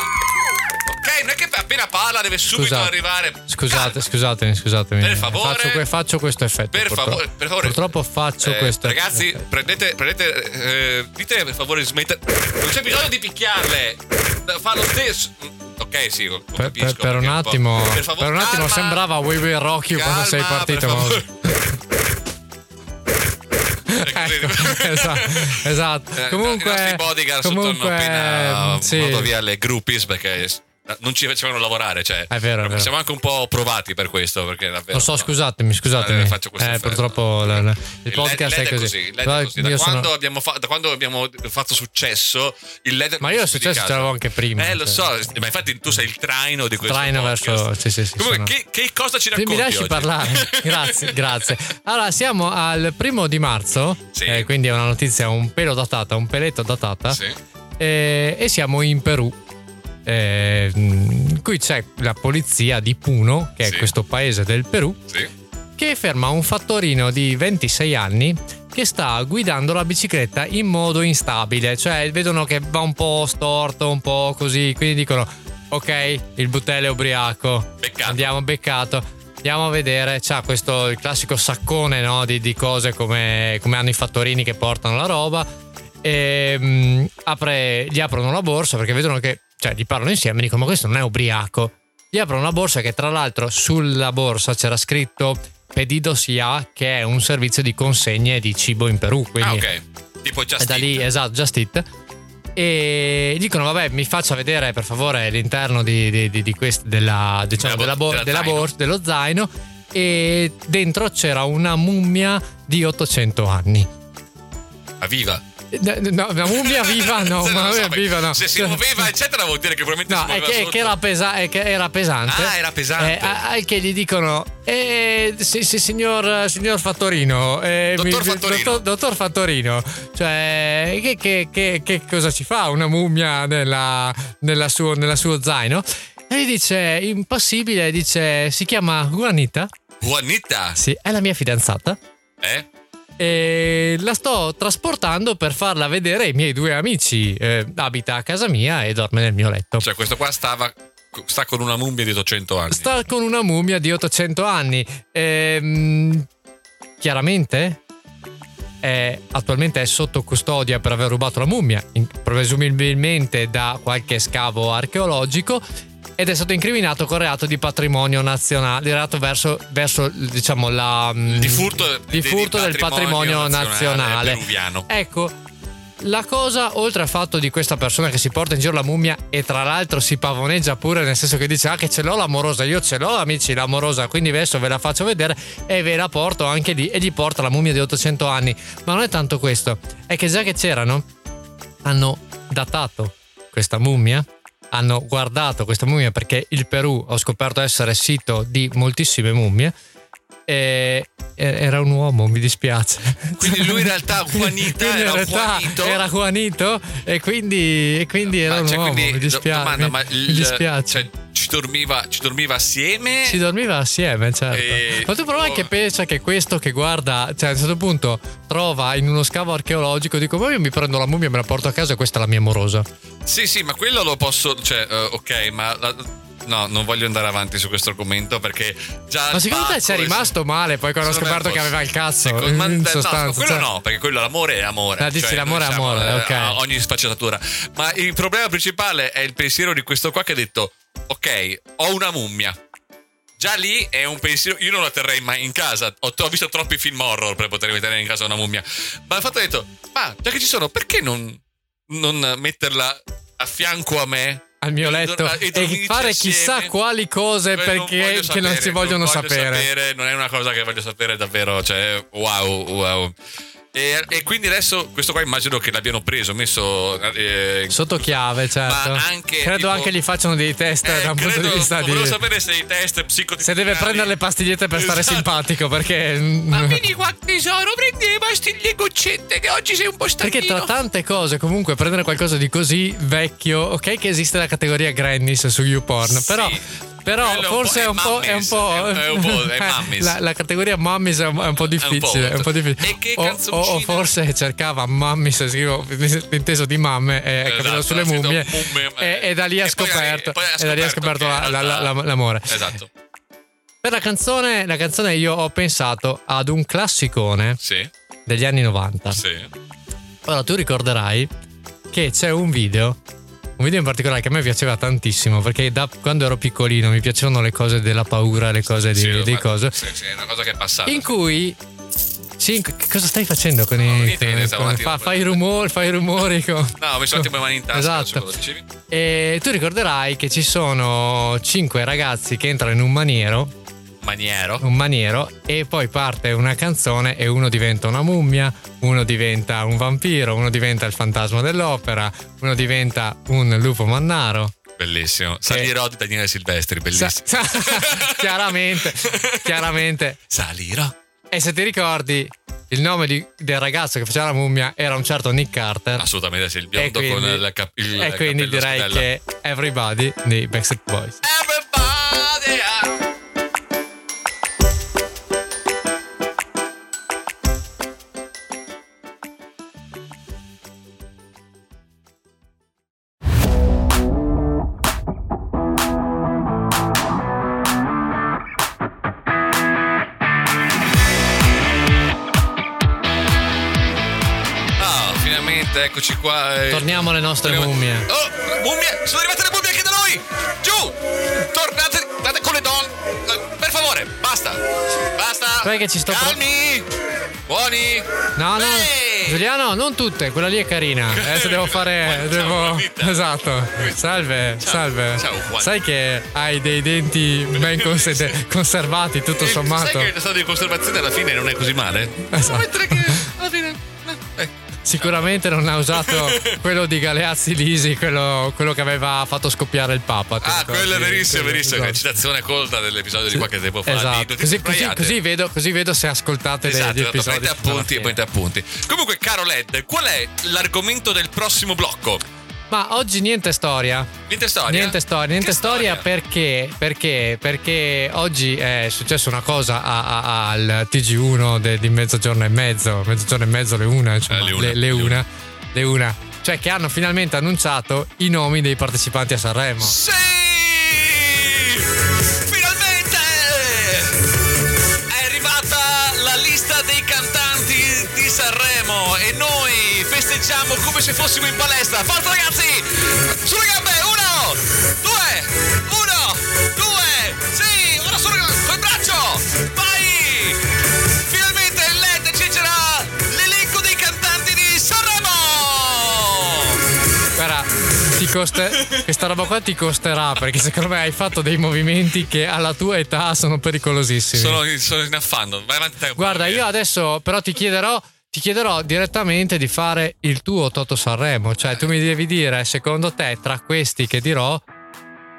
Speaker 1: Ok, non è che appena parla deve subito
Speaker 2: Scusate.
Speaker 1: arrivare.
Speaker 2: Scusate,
Speaker 1: Calma.
Speaker 2: scusatemi, scusatemi.
Speaker 1: Per favore.
Speaker 2: Faccio, que- faccio questo effetto.
Speaker 1: Per
Speaker 2: purtroppo.
Speaker 1: favore, per favore.
Speaker 2: Purtroppo faccio
Speaker 1: Eh,
Speaker 2: questo
Speaker 1: Ragazzi,
Speaker 2: effetto.
Speaker 1: prendete, prendete, eh, dite per favore di smettere. Non c'è bisogno di picchiarle. Fa lo stesso. Mm, Ok, sì, lo
Speaker 2: Per,
Speaker 1: capisco.
Speaker 2: per- per un
Speaker 1: perché po'-
Speaker 2: attimo,
Speaker 1: Per,
Speaker 2: per,
Speaker 1: favore,
Speaker 2: un attimo
Speaker 1: calma.
Speaker 2: sembrava Wave Wave Rocky
Speaker 1: Calma,
Speaker 2: quando sei partito.
Speaker 1: per
Speaker 2: ma-
Speaker 1: favore.
Speaker 2: [LAUGHS] Ecco,
Speaker 1: [LAUGHS]
Speaker 2: esatto, esatto.
Speaker 1: Eh,
Speaker 2: Comunque,
Speaker 1: I nostri bodyguard
Speaker 2: comunque, mm, eh,
Speaker 1: sono appena
Speaker 2: sì.
Speaker 1: vado via eh, alle groupies perché s- non ci facevano lavorare. Cioè,
Speaker 2: È vero, è vero.
Speaker 1: Siamo anche un po' provati per questo. Perché davvero,
Speaker 2: Lo so,
Speaker 1: no.
Speaker 2: scusatemi, scusatemi.
Speaker 1: Eh, faccio questo
Speaker 2: Eh,
Speaker 1: effetto.
Speaker 2: purtroppo la- la- il
Speaker 1: Il
Speaker 2: podcast
Speaker 1: LED
Speaker 2: è così.
Speaker 1: il LED
Speaker 2: Però
Speaker 1: è così. Da,
Speaker 2: io sono-
Speaker 1: quando abbiamo fa- da quando abbiamo fatto successo, il LED.
Speaker 2: Ma io il
Speaker 1: di
Speaker 2: successo ce l'avevo
Speaker 1: casa.
Speaker 2: anche prima. cioè.
Speaker 1: Eh, lo so, ma infatti tu sei il traino di questo
Speaker 2: Traino
Speaker 1: podcast.
Speaker 2: verso- sì, sì, sì,
Speaker 1: Comunque,
Speaker 2: sono-
Speaker 1: che, che cosa ci
Speaker 2: Sì,
Speaker 1: racconti
Speaker 2: Mi lasci
Speaker 1: oggi?
Speaker 2: parlare,
Speaker 1: [LAUGHS]
Speaker 2: grazie, grazie. Allora, siamo al primo di marzo,
Speaker 1: Sì.
Speaker 2: eh, quindi è una notizia un pelo datata, un peletto datata,
Speaker 1: Sì.
Speaker 2: eh, e siamo in Perù. Eh, mh, qui c'è la polizia di Puno, che
Speaker 1: Sì.
Speaker 2: è questo paese del Perù,
Speaker 1: Sì.
Speaker 2: che ferma un fattorino di 26 anni che sta guidando la bicicletta in modo instabile, cioè vedono che va un po' storto, un po' così, quindi dicono ok, il butello è ubriaco,
Speaker 1: Peccato.
Speaker 2: andiamo beccato. Andiamo a vedere, c'ha questo il classico saccone no, di, di cose come, come hanno i fattorini che portano la roba. E, mm, apre- gli aprono la borsa perché vedono che, cioè, gli parlano insieme e dicono: Ma questo non è ubriaco. Gli aprono la borsa che, tra l'altro, sulla borsa c'era scritto Pedido Sia, che è un servizio di consegne di cibo in Perù. Quindi
Speaker 1: Ah, ok. Tipo
Speaker 2: è
Speaker 1: Justin.
Speaker 2: da lì, esatto, Just Eat. E dicono: Vabbè, mi faccia vedere per favore l'interno di, di- di- di quest- della, diciamo,
Speaker 1: Della
Speaker 2: della,
Speaker 1: bo-
Speaker 2: bo-
Speaker 1: della
Speaker 2: della
Speaker 1: zaino.
Speaker 2: borsa, dello zaino. E dentro c'era una mummia di 800 anni.
Speaker 1: Ah, viva.
Speaker 2: Eh, No, una mummia
Speaker 1: [LAUGHS]
Speaker 2: viva, no,
Speaker 1: Se non
Speaker 2: ma
Speaker 1: lo so,
Speaker 2: viva, no.
Speaker 1: Se si muoveva, eccetera, vuol dire che probabilmente
Speaker 2: No,
Speaker 1: si
Speaker 2: è
Speaker 1: muoveva
Speaker 2: che,
Speaker 1: sotto.
Speaker 2: che era pesa- è che era pesante.
Speaker 1: Ah, era pesante.
Speaker 2: Eh, a- al che gli dicono: eh, sì, sì, signor, signor Fattorino, eh,
Speaker 1: Dottor Fattorino.
Speaker 2: dottor- dottor Fattorino, cioè, che, che- che- che cosa ci fa una mummia nella, nella suo, nella suo zaino? E gli dice: Impassibile, dice: Si chiama Juanita.
Speaker 1: Juanita,
Speaker 2: Sì, è la mia fidanzata.
Speaker 1: eh?
Speaker 2: E la sto trasportando per farla vedere ai miei due amici. Eh, abita a casa mia e dorme nel mio letto.
Speaker 1: Cioè, questo qua stava. Sta con una mummia di 800 anni.
Speaker 2: Sta con una mummia di 800 anni. Ehm, chiaramente è- attualmente è sotto custodia per aver rubato la mummia, in- presumibilmente da qualche scavo archeologico. Ed è stato incriminato con reato di patrimonio nazionale, reato verso, verso, diciamo, la, mm,
Speaker 1: Di furto,
Speaker 2: di furto del patrimonio nazionale.
Speaker 1: eh, peruviano.
Speaker 2: Ecco, la cosa, oltre al fatto di questa persona che si porta in giro la mummia e tra l'altro si pavoneggia pure, nel senso che dice: Ah, che ce l'ho l'amorosa, io ce l'ho, amici, l'amorosa, quindi adesso ve la faccio vedere e ve la porto anche lì. E gli porta la mummia di 800 anni. Ma non è tanto questo, è che già che c'erano, hanno datato questa mummia. Hanno guardato questa mummia perché il Perù ho scoperto essere sito di moltissime mummie. E e- era un uomo, mi dispiace.
Speaker 1: Quindi lui in realtà
Speaker 2: [LAUGHS]
Speaker 1: Juanita
Speaker 2: Quindi
Speaker 1: era
Speaker 2: in realtà
Speaker 1: Juanito.
Speaker 2: era Juanito e quindi, e quindi era
Speaker 1: Ma,
Speaker 2: un
Speaker 1: cioè,
Speaker 2: uomo,
Speaker 1: quindi,
Speaker 2: mi dispiace.
Speaker 1: domanda, ma
Speaker 2: mi-
Speaker 1: il-
Speaker 2: mi dispiace.
Speaker 1: cioè, ci, dormiva, ci dormiva assieme?
Speaker 2: si dormiva assieme, certo.
Speaker 1: E-
Speaker 2: Ma tu prova
Speaker 1: oh.
Speaker 2: anche pensa che questo che guarda, cioè a un certo punto trova in uno scavo archeologico, dico, ma io mi prendo la mummia, me la porto a casa e questa è la mia morosa.
Speaker 1: Sì, sì, ma quello lo posso. Cioè, eh, ok, ma. la- no, non voglio andare avanti su questo argomento perché già.
Speaker 2: Ma secondo te
Speaker 1: c'è
Speaker 2: c'è rimasto male poi quando ho scoperto che aveva il cazzo?
Speaker 1: ma,
Speaker 2: in
Speaker 1: no,
Speaker 2: sostanza,
Speaker 1: quello
Speaker 2: cioè-
Speaker 1: no, perché quello l'amore è amore.
Speaker 2: Ah, dici l'amore
Speaker 1: noi
Speaker 2: è
Speaker 1: siamo,
Speaker 2: amore,
Speaker 1: eh,
Speaker 2: ok.
Speaker 1: a Ogni sfaccettatura. Ma il problema principale è il pensiero di questo qua che ha detto: Ok, ho una mummia. Già lì è un pensiero. Io non la terrei mai in casa. Ho, ho visto troppi film horror per poter tenere in casa una mummia. Ma il fatto è detto: Ma già che ci sono, perché non, non metterla a fianco a me?
Speaker 2: al mio letto
Speaker 1: E
Speaker 2: e,
Speaker 1: dormirci
Speaker 2: fare
Speaker 1: assieme.
Speaker 2: chissà quali cose
Speaker 1: Beh,
Speaker 2: perché
Speaker 1: voglio
Speaker 2: che
Speaker 1: sapere,
Speaker 2: non si vogliono
Speaker 1: non voglio
Speaker 2: sapere.
Speaker 1: sapere, Non è una cosa che voglio sapere davvero. Cioè, wow, wow. E, e quindi adesso questo qua immagino che l'abbiano preso, messo eh,
Speaker 2: Sotto chiave, certo.
Speaker 1: Ma anche,
Speaker 2: credo
Speaker 1: tipo-
Speaker 2: anche gli facciano dei test da un punto di vista di.
Speaker 1: Eh, Volevo sapere se i test psicotecnici.
Speaker 2: Se deve prendere le pastigliette per stare
Speaker 1: Esatto.
Speaker 2: simpatico, perché.
Speaker 1: qua tesoro, prendi le pastiglie goccette che oggi sei un po'
Speaker 2: Perché tra tante cose, comunque, prendere qualcosa di così vecchio, ok, che esiste la categoria Grannis su YouPorn,
Speaker 1: Sì.
Speaker 2: però. però
Speaker 1: Quello è un
Speaker 2: forse è
Speaker 1: po'
Speaker 2: un po'. È un po'.
Speaker 1: Mammies, è un- è un po'- è
Speaker 2: eh,
Speaker 1: Mammies.
Speaker 2: [LAUGHS] la, la categoria Mammies è un, è un po' difficile. È un po' difficile.
Speaker 1: E che
Speaker 2: O- o,
Speaker 1: canzoncina?
Speaker 2: o forse cercava Mammies, scrivo inteso di mamme, e è
Speaker 1: Esatto,
Speaker 2: capitato sulle
Speaker 1: ha scritto
Speaker 2: mummie.
Speaker 1: mummie, ma-
Speaker 2: E, e da lì ha
Speaker 1: e poi ha-
Speaker 2: scoperto.
Speaker 1: poi ha
Speaker 2: E da lì ha
Speaker 1: scoperto
Speaker 2: scoperto
Speaker 1: che
Speaker 2: la-
Speaker 1: in
Speaker 2: la- la-
Speaker 1: realtà-
Speaker 2: l'amore.
Speaker 1: Esatto.
Speaker 2: Per la canzone, la canzone io ho pensato ad un classicone
Speaker 1: Sì,
Speaker 2: degli anni 90.
Speaker 1: sì.
Speaker 2: Allora, tu ricorderai che c'è un video, un video in particolare che a me piaceva tantissimo, perché da quando ero piccolino mi piacevano le cose della paura, le cose di,
Speaker 1: sì,
Speaker 2: di
Speaker 1: ma-
Speaker 2: cose,
Speaker 1: Sì, sì, è una cosa che è passata.
Speaker 2: in cui... sì, in- che cosa stai facendo con
Speaker 1: No,
Speaker 2: i...
Speaker 1: niente, niente, stavo un
Speaker 2: con-
Speaker 1: attimo
Speaker 2: fa-
Speaker 1: per-
Speaker 2: fai rumori, fai
Speaker 1: [LAUGHS]
Speaker 2: rumori con...
Speaker 1: No, mi sono tipo le mani in tasca. non so
Speaker 2: Esatto.
Speaker 1: cosa dicevi.
Speaker 2: E tu ricorderai che ci sono cinque ragazzi che entrano in un maniero,
Speaker 1: Maniero.
Speaker 2: un maniero e poi parte una canzone e uno diventa una mummia, uno diventa un vampiro, uno diventa il fantasma dell'opera, uno diventa un lupo mannaro.
Speaker 1: Bellissimo. Salirò di Daniele Silvestri, bellissimo.
Speaker 2: Sa- [LAUGHS] chiaramente, chiaramente.
Speaker 1: Salirò.
Speaker 2: E se ti ricordi, il nome di- del ragazzo che faceva la mummia era un certo Nick Carter.
Speaker 1: Assolutamente Ah, sì, il biondo
Speaker 2: E
Speaker 1: con
Speaker 2: quindi-
Speaker 1: la cap- il
Speaker 2: e quindi
Speaker 1: cappello
Speaker 2: direi
Speaker 1: scudella.
Speaker 2: che Everybody dei Backstreet Boys.
Speaker 1: Everybody ah. Ah, finalmente eccoci qua. eh.
Speaker 2: Torniamo alle nostre
Speaker 1: Torniamo-
Speaker 2: mummie.
Speaker 1: Oh, mummie! Sono arrivate le mummie anche da noi! Giù! Tornate, andate con le donne! Per favore, basta! Basta!
Speaker 2: Sai che ci sto pro-
Speaker 1: Calmi! Buoni!
Speaker 2: No, no,
Speaker 1: Ehi!
Speaker 2: Giuliano, non tutte, quella lì è
Speaker 1: [LAUGHS]
Speaker 2: carina. Adesso devo fare.
Speaker 1: Guarda, ciao,
Speaker 2: devo...
Speaker 1: Juanita.
Speaker 2: Esatto. Salve,
Speaker 1: Ciao,
Speaker 2: salve.
Speaker 1: ciao, Juan.
Speaker 2: Sai che hai dei denti
Speaker 1: [LAUGHS]
Speaker 2: ben cons- conservati, tutto
Speaker 1: Eh,
Speaker 2: sommato.
Speaker 1: Sai che il stato di conservazione alla fine non è così male?
Speaker 2: Esatto.
Speaker 1: Mentre
Speaker 2: [LAUGHS]
Speaker 1: che alla fine... eh,
Speaker 2: Sicuramente non
Speaker 1: [LAUGHS]
Speaker 2: ha usato quello di Galeazzi Lisi, quello, quello che aveva fatto scoppiare il Papa. ti
Speaker 1: Ah,
Speaker 2: ricordi?
Speaker 1: quello è verissimo,
Speaker 2: Quello-
Speaker 1: verissimo. Che
Speaker 2: esatto.
Speaker 1: citazione colta dell'episodio di qualche tempo fa. di
Speaker 2: Esatto.
Speaker 1: notizie
Speaker 2: Così, così,
Speaker 1: sbraiate.
Speaker 2: così vedo, così vedo se ascoltate degli
Speaker 1: Esatto, esatto,
Speaker 2: episodi.
Speaker 1: prendete
Speaker 2: fino alla
Speaker 1: appunti e
Speaker 2: fine.
Speaker 1: prendete appunti. Comunque, caro Led, qual è l'argomento del prossimo blocco?
Speaker 2: Ma oggi niente storia.
Speaker 1: Niente storia.
Speaker 2: Niente storia, niente
Speaker 1: Che
Speaker 2: storia, perché? Perché? Perché oggi è successa una cosa a- a- al TG1 de- di mezzogiorno e mezzo, mezzogiorno e mezzo, le una, insomma,
Speaker 1: Eh, le
Speaker 2: le,
Speaker 1: una,
Speaker 2: le
Speaker 1: le
Speaker 2: una,
Speaker 1: una.
Speaker 2: le una. Cioè che hanno finalmente annunciato i nomi dei partecipanti a Sanremo.
Speaker 1: Sì! Finalmente! È arrivata la lista dei cantanti di Sanremo e noi festeggiamo come se fossimo in palestra. Forza ragazzi! Sulle gambe! Uno! Due! Uno! Due! Sì! Ora solo col braccio! Vai! Finalmente led ci sarà l'elenco dei cantanti di Sanremo!
Speaker 2: Guarda, ti coste- questa roba qua ti costerà perché secondo me hai fatto dei movimenti che alla tua età sono pericolosissimi.
Speaker 1: Sono, sono in affanno. Vai avanti. te.
Speaker 2: Guarda, io adesso però ti chiederò, ti chiederò direttamente di fare il tuo Toto Sanremo, cioè tu mi devi dire secondo te tra questi che dirò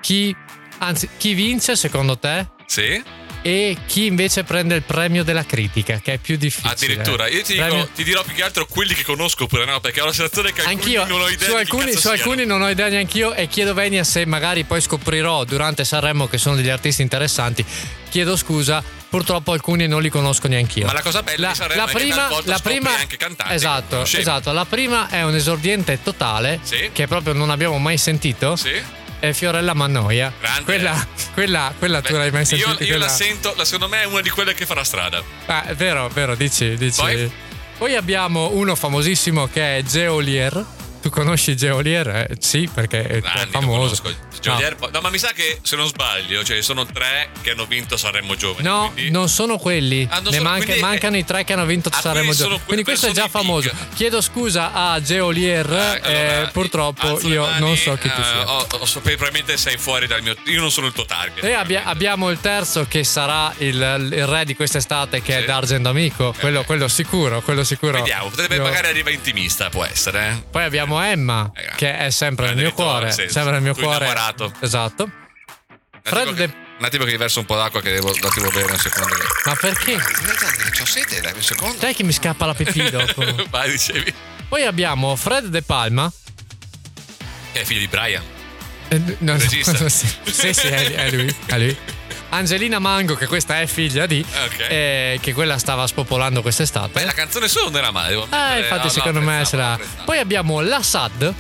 Speaker 2: chi anzi chi vince secondo te
Speaker 1: Sì?
Speaker 2: e chi invece prende il premio della critica, che è più difficile. eh.
Speaker 1: Addirittura. Io ti, dico-
Speaker 2: Premio-
Speaker 1: ti dirò più che altro quelli che conosco pure, no? Perché ho la sensazione che alcuni
Speaker 2: Anch'io,
Speaker 1: non ho idea
Speaker 2: su
Speaker 1: di chi
Speaker 2: alcuni,
Speaker 1: cazzo
Speaker 2: su
Speaker 1: siano.
Speaker 2: alcuni non ho idea neanch'io e chiedo venia se magari poi scoprirò durante Sanremo che sono degli artisti interessanti. Chiedo scusa, purtroppo alcuni non li conosco neanch'io.
Speaker 1: Ma la cosa bella
Speaker 2: La,
Speaker 1: di Sanremo
Speaker 2: la
Speaker 1: è che
Speaker 2: prima,
Speaker 1: talvolta
Speaker 2: la
Speaker 1: scopri
Speaker 2: prima,
Speaker 1: anche cantanti che
Speaker 2: esatto,
Speaker 1: conoscevi.
Speaker 2: esatto, la prima è un esordiente totale
Speaker 1: Sì.
Speaker 2: che proprio non abbiamo mai sentito.
Speaker 1: Sì?
Speaker 2: È Fiorella Mannoia.
Speaker 1: Grande.
Speaker 2: Quella, quella, quella tu
Speaker 1: Beh,
Speaker 2: l'hai mai sentita?
Speaker 1: Io, io
Speaker 2: quella-
Speaker 1: la sento, la, secondo me è una di quelle che farà strada.
Speaker 2: Ah, è vero, vero, dici, dici.
Speaker 1: Poi?
Speaker 2: Poi abbiamo uno famosissimo che è Geolier. Tu conosci Geolier? Eh, sì, perché è
Speaker 1: Anni Ah, lo
Speaker 2: famoso.
Speaker 1: conosco. Geolier, poi- no, ma mi sa che se non sbaglio, cioè sono tre che hanno vinto Sanremo Giovani.
Speaker 2: No,
Speaker 1: quindi-
Speaker 2: non sono quelli.
Speaker 1: Ah, non
Speaker 2: ne
Speaker 1: sono-
Speaker 2: manca-
Speaker 1: quindi-
Speaker 2: mancano i tre che hanno vinto
Speaker 1: Ah,
Speaker 2: Sanremo
Speaker 1: quindi sono
Speaker 2: Giovani.
Speaker 1: que-
Speaker 2: Quindi questo è
Speaker 1: sono
Speaker 2: già
Speaker 1: i
Speaker 2: famoso.
Speaker 1: big.
Speaker 2: Chiedo scusa a Geolier,
Speaker 1: Eh, allora,
Speaker 2: eh, purtroppo
Speaker 1: alzo le
Speaker 2: io
Speaker 1: mani,
Speaker 2: non so chi
Speaker 1: eh,
Speaker 2: tu sia.
Speaker 1: ho- ho- so- probabilmente sei fuori dal mio. Io non sono il tuo target.
Speaker 2: E Eh, abbia- abbiamo il terzo che sarà il, il re di quest'estate che
Speaker 1: Sì.
Speaker 2: è Dargen Amico, quello,
Speaker 1: Eh.
Speaker 2: quello sicuro, quello sicuro.
Speaker 1: Vediamo, potrebbe
Speaker 2: Io-
Speaker 1: magari arriva intimista, può essere. eh.
Speaker 2: Poi abbiamo Emma,
Speaker 1: Eh,
Speaker 2: che è sempre nel
Speaker 1: grande
Speaker 2: mio
Speaker 1: vittoria,
Speaker 2: cuore.
Speaker 1: sì,
Speaker 2: sempre nel mio
Speaker 1: tu
Speaker 2: cuore.
Speaker 1: innamorato.
Speaker 2: Esatto.
Speaker 1: Un attimo
Speaker 2: Fred
Speaker 1: che-
Speaker 2: De-
Speaker 1: Un attimo che riverso un po' d'acqua che devo, la devo bere un secondo.
Speaker 2: Ma perché?
Speaker 1: C'ho sete, dai un secondo.
Speaker 2: Sai che mi scappa la
Speaker 1: [LAUGHS]
Speaker 2: pipì dopo?
Speaker 1: Vai, dicevi.
Speaker 2: Poi abbiamo Fred De Palma.
Speaker 1: Che è figlio di Brian.
Speaker 2: Eh, n- non so-
Speaker 1: Regista.
Speaker 2: sì, sì, sì, è, è lui, è lui. Angelina Mango, che questa è figlia di,
Speaker 1: Ok.
Speaker 2: eh, che quella stava spopolando quest'estate.
Speaker 1: Beh, la canzone solo non era male. devo
Speaker 2: Ah,
Speaker 1: ammettere.
Speaker 2: infatti,
Speaker 1: Eh, No, no,
Speaker 2: secondo me
Speaker 1: apprezzavo,
Speaker 2: sarà.
Speaker 1: apprezzavo.
Speaker 2: Poi abbiamo la SAD.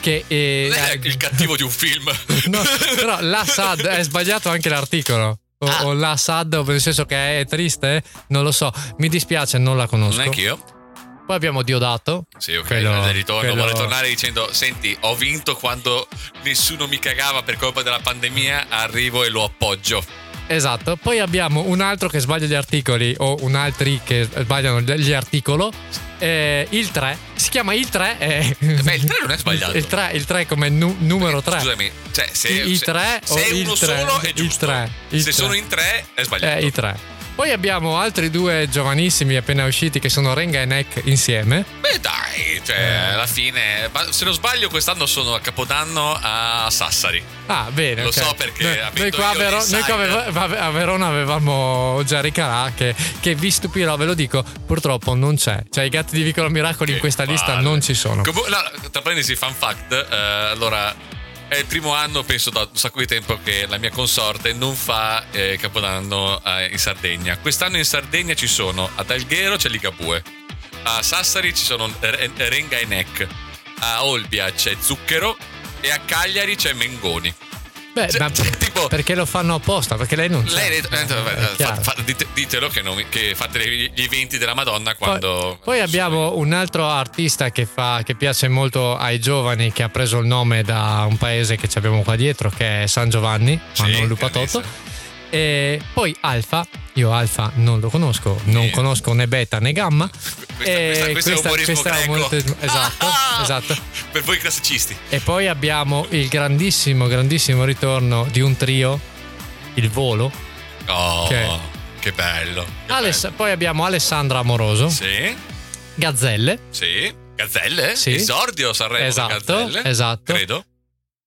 Speaker 2: Che eh, è.
Speaker 1: Non è il cattivo di un film.
Speaker 2: [LAUGHS] No, però
Speaker 1: [LAUGHS]
Speaker 2: la eh, SAD è sbagliato anche l'articolo. O,
Speaker 1: Ah.
Speaker 2: o la SAD, o nel senso che è triste, non lo so. Mi dispiace, non la conosco.
Speaker 1: Non è io.
Speaker 2: Poi abbiamo Diodato.
Speaker 1: Sì, ok,
Speaker 2: Quello-
Speaker 1: quello, ritorno.
Speaker 2: quello-
Speaker 1: Vuole tornare dicendo: Senti, ho vinto quando nessuno mi cagava per colpa della pandemia. Arrivo e lo appoggio.
Speaker 2: Esatto. Poi abbiamo un altro che sbaglia gli articoli, o un altri che sbagliano gli gli articolo. Eh, il 3. Si chiama il 3. eh.
Speaker 1: Beh, il 3 non è sbagliato.
Speaker 2: Il 3, il 3 come nu- numero 3.
Speaker 1: Scusami, cioè, se,
Speaker 2: I- i
Speaker 1: se-
Speaker 2: tre
Speaker 1: se
Speaker 2: o
Speaker 1: è
Speaker 2: il
Speaker 1: uno
Speaker 2: tre?
Speaker 1: solo è
Speaker 2: Il
Speaker 1: giusto.
Speaker 2: tre, il
Speaker 1: se
Speaker 2: tre.
Speaker 1: sono in tre è sbagliato.
Speaker 2: Eh, i tre. Poi abbiamo altri due giovanissimi appena usciti che sono Renga e Neck insieme.
Speaker 1: Beh, dai, cioè, alla fine. Ma se non sbaglio, quest'anno sono a Capodanno a Sassari.
Speaker 2: Ah, bene.
Speaker 1: Lo
Speaker 2: ok.
Speaker 1: so perché
Speaker 2: Noi,
Speaker 1: abito
Speaker 2: noi qua, a,
Speaker 1: io
Speaker 2: Vero-
Speaker 1: di
Speaker 2: noi qua a
Speaker 1: Sagra.
Speaker 2: Vero- va- a Verona avevamo Jerry Carà che, che vi stupirò, ve lo dico, purtroppo non c'è. Cioè i gatti di Vicolo Miracoli in
Speaker 1: Che
Speaker 2: questa lista
Speaker 1: palle.
Speaker 2: non ci sono.
Speaker 1: Comu- no, tra parentesi, fun fact. eh, allora, è il primo anno, penso da un sacco di tempo, che la mia consorte non fa eh, Capodanno eh, in Sardegna. Quest'anno in Sardegna ci sono ad Alghero c'è Ligabue, a Sassari ci sono Re- Renga e Neck, a Olbia c'è Zucchero e a Cagliari c'è Mengoni.
Speaker 2: Beh,
Speaker 1: Cioè,
Speaker 2: ma
Speaker 1: cioè, tipo-
Speaker 2: perché lo fanno apposta? Perché lei non c'è.
Speaker 1: Lei ha detto, eh,
Speaker 2: Cioè, È
Speaker 1: fa-
Speaker 2: chiaro.
Speaker 1: fa- dite- ditelo che, non- che fate le- gli eventi della Madonna
Speaker 2: Poi-
Speaker 1: quando...
Speaker 2: Poi abbiamo un altro artista che, fa, che piace molto ai giovani, che ha preso il nome da un paese che ci abbiamo qua dietro, che è San Giovanni, ma
Speaker 1: Sì,
Speaker 2: non Lupatotto.
Speaker 1: grandissimo.
Speaker 2: E poi Alfa, io Alfa non lo conosco, non
Speaker 1: Sì.
Speaker 2: conosco né beta né gamma.
Speaker 1: Questa-
Speaker 2: E
Speaker 1: questa- questo è umorismo
Speaker 2: eh, questa è
Speaker 1: greco. Ah,
Speaker 2: molto- esatto, esatto.
Speaker 1: Per voi classicisti.
Speaker 2: E poi abbiamo il grandissimo, grandissimo ritorno di un trio, il volo.
Speaker 1: Oh,
Speaker 2: Ok.
Speaker 1: che bello. Che
Speaker 2: Aless- poi abbiamo Alessandra Amoroso,
Speaker 1: bello. Sì,
Speaker 2: Gazzelle,
Speaker 1: sì. Gazzelle?
Speaker 2: Sì.
Speaker 1: Esordio a Sanremo.
Speaker 2: Esatto,
Speaker 1: Gazzelle.
Speaker 2: esatto.
Speaker 1: Credo.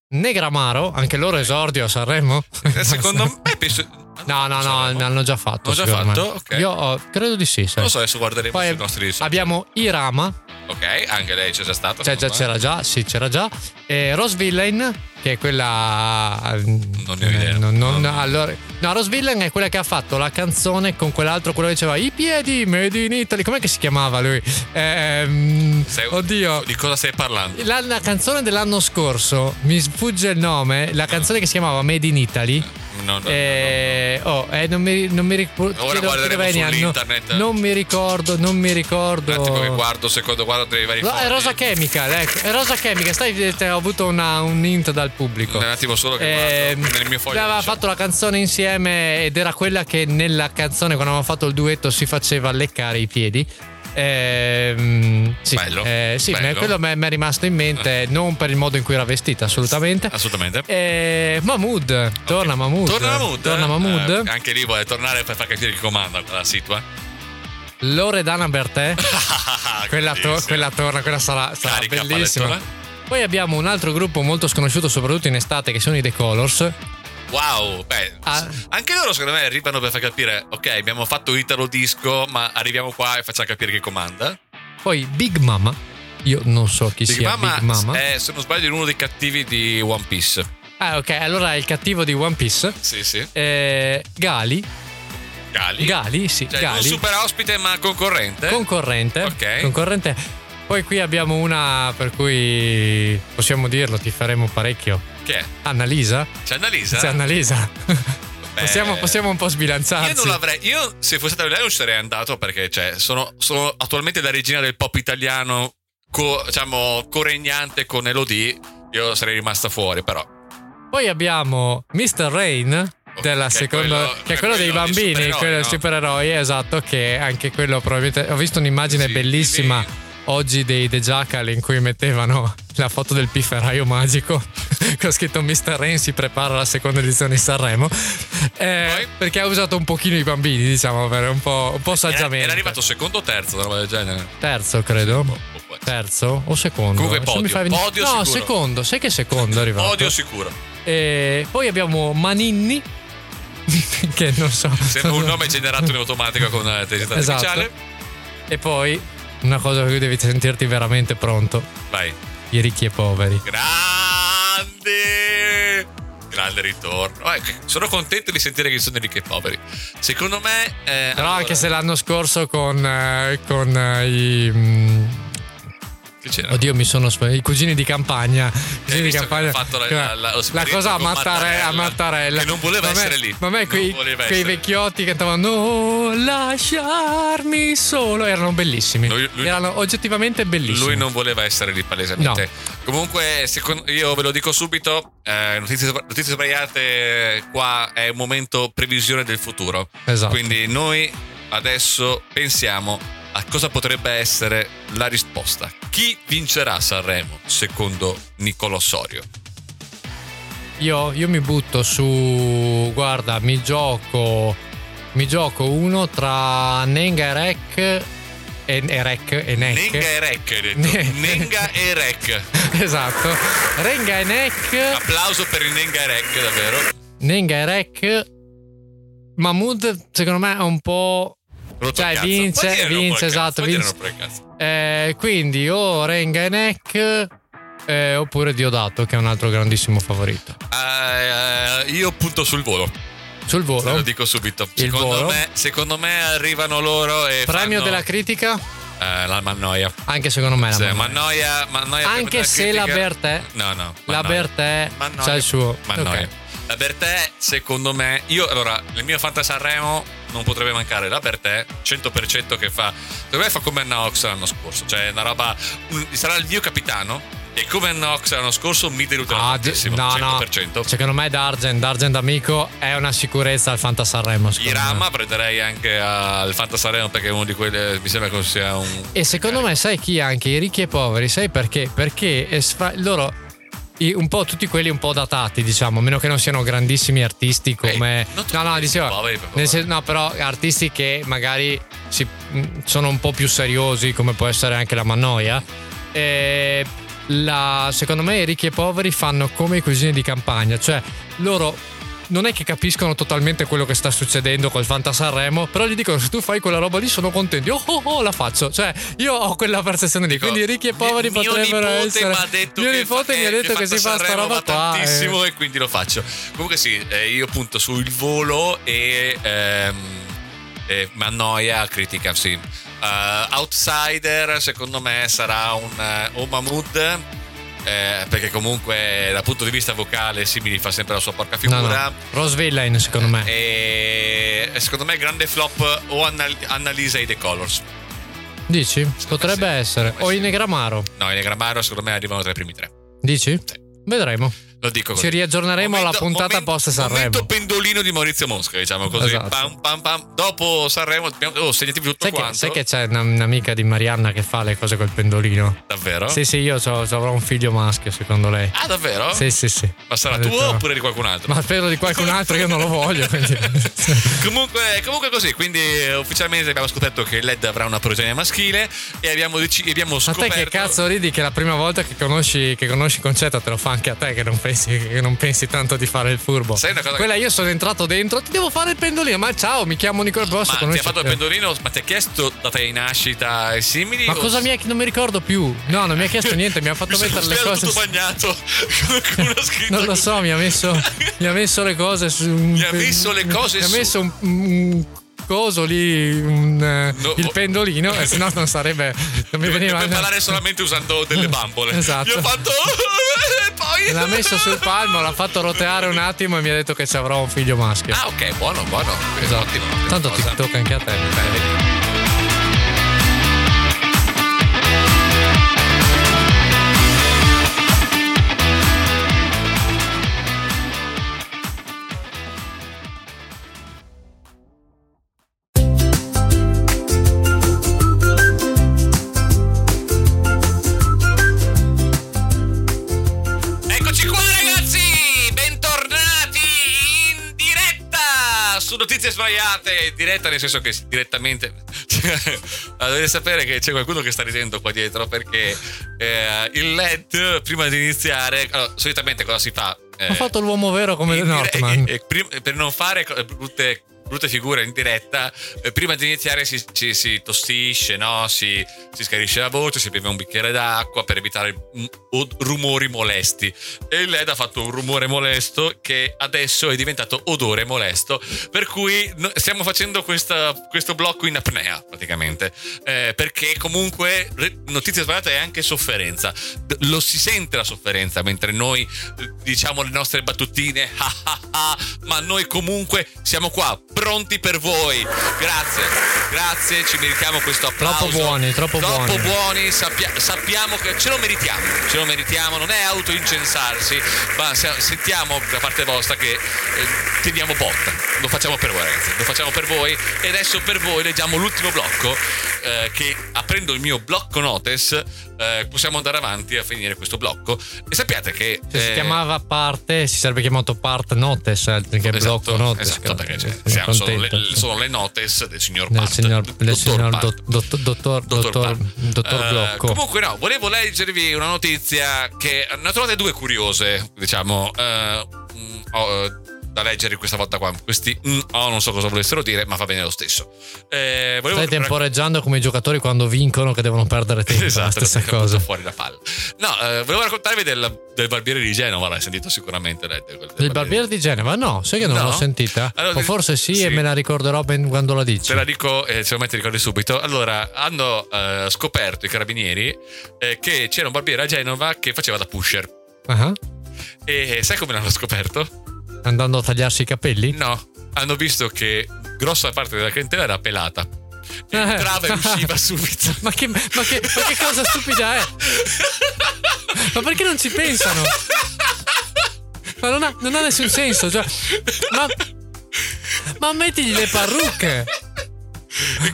Speaker 2: Negramaro, anche loro esordio a Sanremo.
Speaker 1: Eh,
Speaker 2: [LAUGHS]
Speaker 1: Secondo me penso...
Speaker 2: No, no, no,
Speaker 1: Sanremo.
Speaker 2: l'hanno già fatto.
Speaker 1: L'hanno già
Speaker 2: secondo me.
Speaker 1: fatto? Ok.
Speaker 2: Io ho- credo di sì. sai.
Speaker 1: Non lo so, adesso guarderemo
Speaker 2: Poi
Speaker 1: sui nostri...
Speaker 2: abbiamo Irama,
Speaker 1: Ok, anche lei c'è già stata.
Speaker 2: cioè già
Speaker 1: secondo me.
Speaker 2: c'era già, sì c'era già. E Rose Villain, che è quella... Non
Speaker 1: ne ho idea.
Speaker 2: Non, non-
Speaker 1: No, no.
Speaker 2: allora, no, Rose Villain è quella che ha fatto la canzone con quell'altro, quello che diceva I piedi, Made in Italy. Com'è che si chiamava lui? Ehm,
Speaker 1: Sei-
Speaker 2: oddio.
Speaker 1: Di cosa stai parlando?
Speaker 2: La, la canzone dell'anno scorso, mi sfugge il nome, la canzone che si chiamava Made in Italy.
Speaker 1: No, no, no,
Speaker 2: Eh, oh, eh, non mi, non mi ricordo.
Speaker 1: Ora guarderemo sull'internet.
Speaker 2: Non mi ricordo, non mi ricordo.
Speaker 1: Un attimo che guardo, secondo guardo tra i vari
Speaker 2: No, è
Speaker 1: fogli.
Speaker 2: Rosa Chemical, ecco. È Rosa Chemical. Stai, eh, te- ho avuto una- un hint dal pubblico.
Speaker 1: Un attimo solo Eh, ecco che
Speaker 2: Ehm,
Speaker 1: guardo nel mio foglio.
Speaker 2: aveva
Speaker 1: c'è.
Speaker 2: fatto la canzone insieme ed era quella che nella canzone quando avevamo fatto il duetto si faceva leccare i piedi. Ehm, sì,
Speaker 1: Bello,
Speaker 2: eh, sì
Speaker 1: bello. Eh.
Speaker 2: me- quello mi è- mi è rimasto in mente non per il modo in cui era vestita assolutamente.
Speaker 1: Assolutamente.
Speaker 2: Eh, Mahmood, torna Mahmood.
Speaker 1: Torna Mahmood.
Speaker 2: Torna
Speaker 1: eh?
Speaker 2: Mahmood.
Speaker 1: Eh, anche lì vuole tornare per far capire chi comanda la situa. [LAUGHS]
Speaker 2: Loredana Bertè. [LAUGHS] quella, to-
Speaker 1: Grandissimo.
Speaker 2: quella torna, quella sarà, sarà
Speaker 1: Carica,
Speaker 2: bellissima.
Speaker 1: pallettona.
Speaker 2: Poi abbiamo un altro gruppo molto sconosciuto, soprattutto in estate, che sono i The Colors.
Speaker 1: Wow, beh,
Speaker 2: Ah.
Speaker 1: anche loro secondo me arrivano per far capire, ok, abbiamo fatto Italo Disco, ma arriviamo qua e facciamo capire chi comanda.
Speaker 2: Poi Big Mama. Io non so chi sia Big Mama.
Speaker 1: è, se non sbaglio, uno dei cattivi di One Piece.
Speaker 2: Ah, ok, allora è il cattivo di One Piece.
Speaker 1: Sì, sì.
Speaker 2: Eh, Gali.
Speaker 1: Gali.
Speaker 2: Gali, sì,
Speaker 1: Cioè, non
Speaker 2: Gali.
Speaker 1: super ospite, ma concorrente.
Speaker 2: Concorrente.
Speaker 1: Ok.
Speaker 2: Concorrente. Poi qui abbiamo una per cui possiamo dirlo, ti faremo parecchio.
Speaker 1: che è?
Speaker 2: Annalisa.
Speaker 1: C'è Annalisa?
Speaker 2: C'è Annalisa.
Speaker 1: Esatto. Beh,
Speaker 2: [LAUGHS] possiamo, possiamo un po' sbilanciarci.
Speaker 1: Io non l'avrei. Io, se fosse stato lei, non ci sarei andato perché, cioè, sono, sono attualmente la regina del pop italiano co- diciamo, coregnante con Elodie, io sarei rimasta fuori, però.
Speaker 2: Ah, Poi abbiamo Mr. Rain. Della
Speaker 1: Che è
Speaker 2: seconda,
Speaker 1: quello-
Speaker 2: che è quello dei
Speaker 1: quello dei
Speaker 2: bambini,
Speaker 1: supereroi,
Speaker 2: quello dei
Speaker 1: no?
Speaker 2: supereroi, esatto. Che anche quello probabilmente. Ho visto un'immagine
Speaker 1: Sì,
Speaker 2: bellissima
Speaker 1: quindi-
Speaker 2: oggi dei The Jackal in cui mettevano la foto del pifferaio magico [LAUGHS] che ho scritto Mr. Rain si prepara alla seconda edizione di Sanremo Eh,
Speaker 1: Poi?
Speaker 2: perché ha usato un pochino i bambini diciamo per un po', un po
Speaker 1: Era,
Speaker 2: saggiamente
Speaker 1: era arrivato secondo o terzo, una roba del genere.
Speaker 2: terzo credo
Speaker 1: Boh, boh, boh.
Speaker 2: cioè, terzo o secondo
Speaker 1: Comunque
Speaker 2: Adesso
Speaker 1: podio,
Speaker 2: mi fai venire-
Speaker 1: podio
Speaker 2: no
Speaker 1: sicuro.
Speaker 2: secondo sai che secondo è arrivato
Speaker 1: Odio sicuro.
Speaker 2: E poi abbiamo Maninni [LAUGHS] che non so
Speaker 1: Sembra un nome generato in automatico con eh, l'intelligenza
Speaker 2: Esatto.
Speaker 1: artificiale.
Speaker 2: e poi una cosa per cui devi sentirti veramente pronto
Speaker 1: Vai.
Speaker 2: i ricchi e poveri
Speaker 1: Grande! Grande ritorno. Eh, sono contento di sentire che sono i ricchi e poveri. Secondo me. eh,
Speaker 2: Però
Speaker 1: allora,
Speaker 2: anche se l'anno scorso con, eh, con eh, i. mm,
Speaker 1: Che c'era?
Speaker 2: oddio, mi sono sbagliato. I cugini di campagna. I
Speaker 1: Hai
Speaker 2: Cugini di
Speaker 1: visto che
Speaker 2: campagna.
Speaker 1: ha fatto la-
Speaker 2: Cioè,
Speaker 1: la- la- lo
Speaker 2: la
Speaker 1: spritz
Speaker 2: cosa a
Speaker 1: con
Speaker 2: Mattarella,
Speaker 1: Mattarella.
Speaker 2: a Mattarella.
Speaker 1: Che non voleva
Speaker 2: Ma me-
Speaker 1: essere lì.
Speaker 2: Ma a me
Speaker 1: Non
Speaker 2: quei,
Speaker 1: voleva
Speaker 2: quei
Speaker 1: essere.
Speaker 2: vecchiotti che cantavano Non lasciarmi solo. Erano bellissimi.
Speaker 1: Lui- lui-
Speaker 2: erano oggettivamente bellissimi.
Speaker 1: Lui non voleva essere lì palesemente. Comunque, secondo- io ve lo dico subito: eh, notizie, notizie sbagliate. eh, Qua è un momento previsione del futuro.
Speaker 2: Esatto.
Speaker 1: Quindi, noi adesso pensiamo a cosa potrebbe essere la risposta. Chi vincerà Sanremo secondo Niccolò Sorio?
Speaker 2: Io, io mi butto su. Guarda, mi gioco. Mi gioco uno tra Nenga e Rec. E, e Rec e Neck.
Speaker 1: Nenga e Rec. hai detto.
Speaker 2: Ne-
Speaker 1: Nenga e
Speaker 2: [LAUGHS]
Speaker 1: Rec.
Speaker 2: Esatto. Renga e Nek.
Speaker 1: Applauso per il Nenga e Rec, davvero.
Speaker 2: Nenga e Rek. Mahmood, secondo me, è un po'.
Speaker 1: Rotto
Speaker 2: Cioè,
Speaker 1: il cazzo.
Speaker 2: vince-
Speaker 1: Puoi dire rotto
Speaker 2: vince,
Speaker 1: il cazzo,
Speaker 2: esatto,
Speaker 1: puoi dire
Speaker 2: vince.
Speaker 1: rotto il cazzo.
Speaker 2: eh, quindi o Renga e Nek. eh, oppure Diodato, che è un altro grandissimo favorito.
Speaker 1: Eh, eh, io punto sul volo.
Speaker 2: Sul
Speaker 1: Te lo
Speaker 2: volo.
Speaker 1: dico subito.
Speaker 2: Il
Speaker 1: Secondo
Speaker 2: volo?
Speaker 1: me, secondo me arrivano loro e.
Speaker 2: Premio
Speaker 1: fanno,
Speaker 2: della critica?
Speaker 1: eh, la Mannoia.
Speaker 2: Anche secondo me.
Speaker 1: Sì,
Speaker 2: La Mahmood.
Speaker 1: Mannoia, Mannoia premio
Speaker 2: Anche
Speaker 1: della
Speaker 2: se
Speaker 1: critica.
Speaker 2: la Bertè.
Speaker 1: No, no.
Speaker 2: La
Speaker 1: Mannoia.
Speaker 2: Bertè
Speaker 1: Mannoia.
Speaker 2: c'ha il suo.
Speaker 1: Mannoia.
Speaker 2: Ok.
Speaker 1: La Bertè, secondo me, io allora, nel mio Fanta Sanremo non potrebbe mancare la Bertè, 100% che fa, secondo me fa come Anna Ox l'anno scorso, cioè una roba, un- sarà il mio capitano e come Anna Ox l'anno scorso mi deluterà
Speaker 2: Ah, d-
Speaker 1: tantissimo,
Speaker 2: no, Cioè, no.
Speaker 1: 100%.
Speaker 2: Secondo me Dargen, Dargen d'amico è una sicurezza al Fanta Sanremo. secondo me.
Speaker 1: Irama prenderei anche al Fanta Sanremo perché è uno di quelli, eh, mi sembra che sia un...
Speaker 2: E secondo me, sai chi anche i ricchi e i poveri? Sai perché? Perché es- fra- loro. i- Un po' tutti quelli un po' datati, diciamo, a meno che non siano grandissimi artisti come.
Speaker 1: non tutti
Speaker 2: no, no,
Speaker 1: i
Speaker 2: dicevo.
Speaker 1: poveri, per favore.
Speaker 2: nel sen- no, però artisti che magari si- mh, sono un po' più seriosi, come può essere anche la Mannoia. E la- secondo me i ricchi e i poveri fanno come i cugini di campagna, cioè loro non è che capiscono totalmente quello che sta succedendo col Fanta Sanremo, però gli dicono se tu fai quella roba lì sono contenti, oh oh oh la faccio, cioè io ho quella percezione lì,
Speaker 1: Dico,
Speaker 2: quindi i ricchi e i poveri
Speaker 1: mio- mio
Speaker 2: potrebbero
Speaker 1: nipote
Speaker 2: essere...
Speaker 1: mi ha detto
Speaker 2: mio
Speaker 1: che
Speaker 2: nipote
Speaker 1: fa-
Speaker 2: mi ha
Speaker 1: eh,
Speaker 2: detto che,
Speaker 1: Fanta
Speaker 2: si fa sta
Speaker 1: Sanremo
Speaker 2: roba
Speaker 1: va
Speaker 2: qua. eh.
Speaker 1: tantissimo e quindi lo faccio comunque sì eh, io punto sul volo e ehm, eh, mi annoia critica sì Eh, outsider secondo me sarà un eh, o Mahmood eh, perché comunque dal punto di vista vocale Simili fa sempre la sua porca
Speaker 2: No, Eh.
Speaker 1: figura Eh,
Speaker 2: no, Rose Villain secondo me.
Speaker 1: e secondo me grande flop o Anna- Annalisa e The Colors
Speaker 2: Dici?
Speaker 1: sì,
Speaker 2: Potrebbe
Speaker 1: sì,
Speaker 2: essere.
Speaker 1: sì.
Speaker 2: O i Negramaro.
Speaker 1: no i Negramaro secondo me arrivano tra i primi tre
Speaker 2: Dici?
Speaker 1: Sì.
Speaker 2: Vedremo.
Speaker 1: lo dico così
Speaker 2: Ci riaggiorneremo alla puntata
Speaker 1: momento-
Speaker 2: post
Speaker 1: Momento
Speaker 2: Sanremo.
Speaker 1: pendolino di Maurizio Mosca, diciamo così.
Speaker 2: Esatto.
Speaker 1: Pam, pam, pam. Dopo Sanremo, abbiamo- oh, segnatevi tutto
Speaker 2: Sai che,
Speaker 1: quanto.
Speaker 2: sai che c'è una- un'amica di Marianna che fa le cose col pendolino?
Speaker 1: Davvero?
Speaker 2: Sì, sì, io c'ho- avrò un figlio maschio, secondo lei.
Speaker 1: Ah, davvero?
Speaker 2: Sì, sì, sì.
Speaker 1: Ma sarà
Speaker 2: Ha
Speaker 1: tuo
Speaker 2: detto-
Speaker 1: oppure di qualcun altro?
Speaker 2: Ma spero di qualcun altro, io non lo
Speaker 1: [LAUGHS]
Speaker 2: voglio. Quindi...
Speaker 1: comunque, comunque così, quindi eh, ufficialmente abbiamo scoperto che LED avrà una progenie maschile e abbiamo, deci- abbiamo
Speaker 2: Ma te
Speaker 1: scoperto...
Speaker 2: che cazzo ridi che la prima volta che conosci, che conosci Concetta te lo fa anche a te che non pensi, che non pensi tanto di fare il furbo.
Speaker 1: Sai una cosa che-
Speaker 2: Quella io sono entrato dentro, ti devo fare il pendolino. Ma ciao, mi chiamo Nicola
Speaker 1: Ma
Speaker 2: Bosso.
Speaker 1: ti ha
Speaker 2: conosci-
Speaker 1: fatto il pendolino? Ma ti ha chiesto data di nascita e simili?
Speaker 2: Ma
Speaker 1: o-
Speaker 2: cosa mi ha chiesto? Non mi ricordo più. No, non mi ha chiesto niente, mi ha fatto
Speaker 1: Mi sono
Speaker 2: mettere le
Speaker 1: svegliato
Speaker 2: cose.
Speaker 1: tutto bagnato [LAUGHS] con una scritta
Speaker 2: Non lo so, mi ha messo, mi ha messo le cose su. Mi
Speaker 1: ha messo le cose
Speaker 2: Mi ha
Speaker 1: su.
Speaker 2: messo un, un coso lì, un, eh,
Speaker 1: No.
Speaker 2: il pendolino, e se no non sarebbe. Non mi veniva.
Speaker 1: per parlare solamente usando delle bambole.
Speaker 2: [LAUGHS] Esatto.
Speaker 1: Gli ho fatto. [LAUGHS] e poi.
Speaker 2: L'ha messo sul palmo, l'ha fatto roteare un attimo e mi ha detto che ci avrò un figlio maschio.
Speaker 1: Ah, ok, buono, buono.
Speaker 2: Esatto.
Speaker 1: Ottimo.
Speaker 2: Tanto ti
Speaker 1: Cosa? Eh.
Speaker 2: tocca anche a te.
Speaker 1: Bene. Sdraiate diretta, nel senso che direttamente. [LAUGHS] Ma dovete sapere che c'è qualcuno che sta ridendo qua dietro perché eh, il LED prima di iniziare. allora, solitamente cosa si fa? Eh,
Speaker 2: Ha fatto l'uomo vero come
Speaker 1: in dire-
Speaker 2: Northman.
Speaker 1: e- e eh, prim- per non fare co- brutte, brutte figure in diretta, eh, prima di iniziare si, ci- si tossisce, no? si, si schiarisce la voce, si beve un bicchiere d'acqua per evitare mm, od- rumori molesti. E il LED ha fatto un rumore molesto che adesso è diventato odore molesto. Per cui no- stiamo facendo questa- questo blocco in apnea, praticamente. Eh, perché comunque re- notizie sbagliate è anche sofferenza. D- lo si sente la sofferenza mentre noi eh, diciamo le nostre battutine, [LAUGHS] ah ah ah, ma noi comunque siamo qua, pronti per voi. Grazie, grazie, ci meritiamo questo applauso.
Speaker 2: Troppo buoni, troppo buoni.
Speaker 1: buoni, sappia- sappiamo che ce lo meritiamo, ce lo meritiamo, non è autoincensarsi, ma se- sentiamo da parte vostra che eh, teniamo botta. Lo facciamo per voi, ragazzi, lo facciamo per voi e adesso per voi leggiamo l'ultimo blocco eh, che aprendo il mio blocco notes eh, possiamo andare avanti a finire questo blocco e sappiate che
Speaker 2: Se Cioè, si
Speaker 1: eh,
Speaker 2: chiamava parte, si sarebbe chiamato part notes, altro che
Speaker 1: esatto,
Speaker 2: blocco notes. Cioè,
Speaker 1: esatto, perché c'è-
Speaker 2: Sono
Speaker 1: siamo- sono, le,
Speaker 2: contento.
Speaker 1: sono le notes del signor
Speaker 2: Del
Speaker 1: Part,
Speaker 2: signor,
Speaker 1: d-
Speaker 2: del signor
Speaker 1: Part.
Speaker 2: dott- dott- dottor,
Speaker 1: Dottor
Speaker 2: dottor, dottor,
Speaker 1: Pat. Eh,
Speaker 2: Blocco.
Speaker 1: Comunque, no, volevo leggervi una notizia che ne ho trovate due curiose, diciamo, eh, mm, ho, eh, da leggere questa volta qua. Questi mm, oh, non so cosa volessero dire, ma va bene lo stesso. Eh, volevo
Speaker 2: Stai
Speaker 1: [LAUGHS]
Speaker 2: temporeggiando come i giocatori quando vincono che devono perdere tempo. è la
Speaker 1: Esatto,
Speaker 2: stessa
Speaker 1: perché ha buttato
Speaker 2: cosa.
Speaker 1: fuori la palla. No, eh, volevo raccontarvi del, del barbiere di Genova, l'hai sentito sicuramente. Led, quel-
Speaker 2: Del barbiere di Genova? No, sai che non
Speaker 1: No?
Speaker 2: l'ho sentita.
Speaker 1: Allora,
Speaker 2: o forse sì,
Speaker 1: sì.
Speaker 2: e me la ricorderò ben quando la dici.
Speaker 1: Te la dico, eh, sicuramente ricordi subito. Allora, hanno eh, scoperto i carabinieri eh, che c'era un barbiere a Genova che faceva da pusher.
Speaker 2: Ah,
Speaker 1: E sai come l'hanno scoperto?
Speaker 2: Andando a tagliarsi i capelli?
Speaker 1: No, hanno visto che grossa parte della clientela era pelata. E
Speaker 2: [LAUGHS]
Speaker 1: Entrava e usciva subito.
Speaker 2: Eh. ma, che, ma, che, ma che cosa stupida è? Ma perché non ci pensano? Ma non ha, non ha nessun senso. Cioè, ma, ma mettigli le parrucche.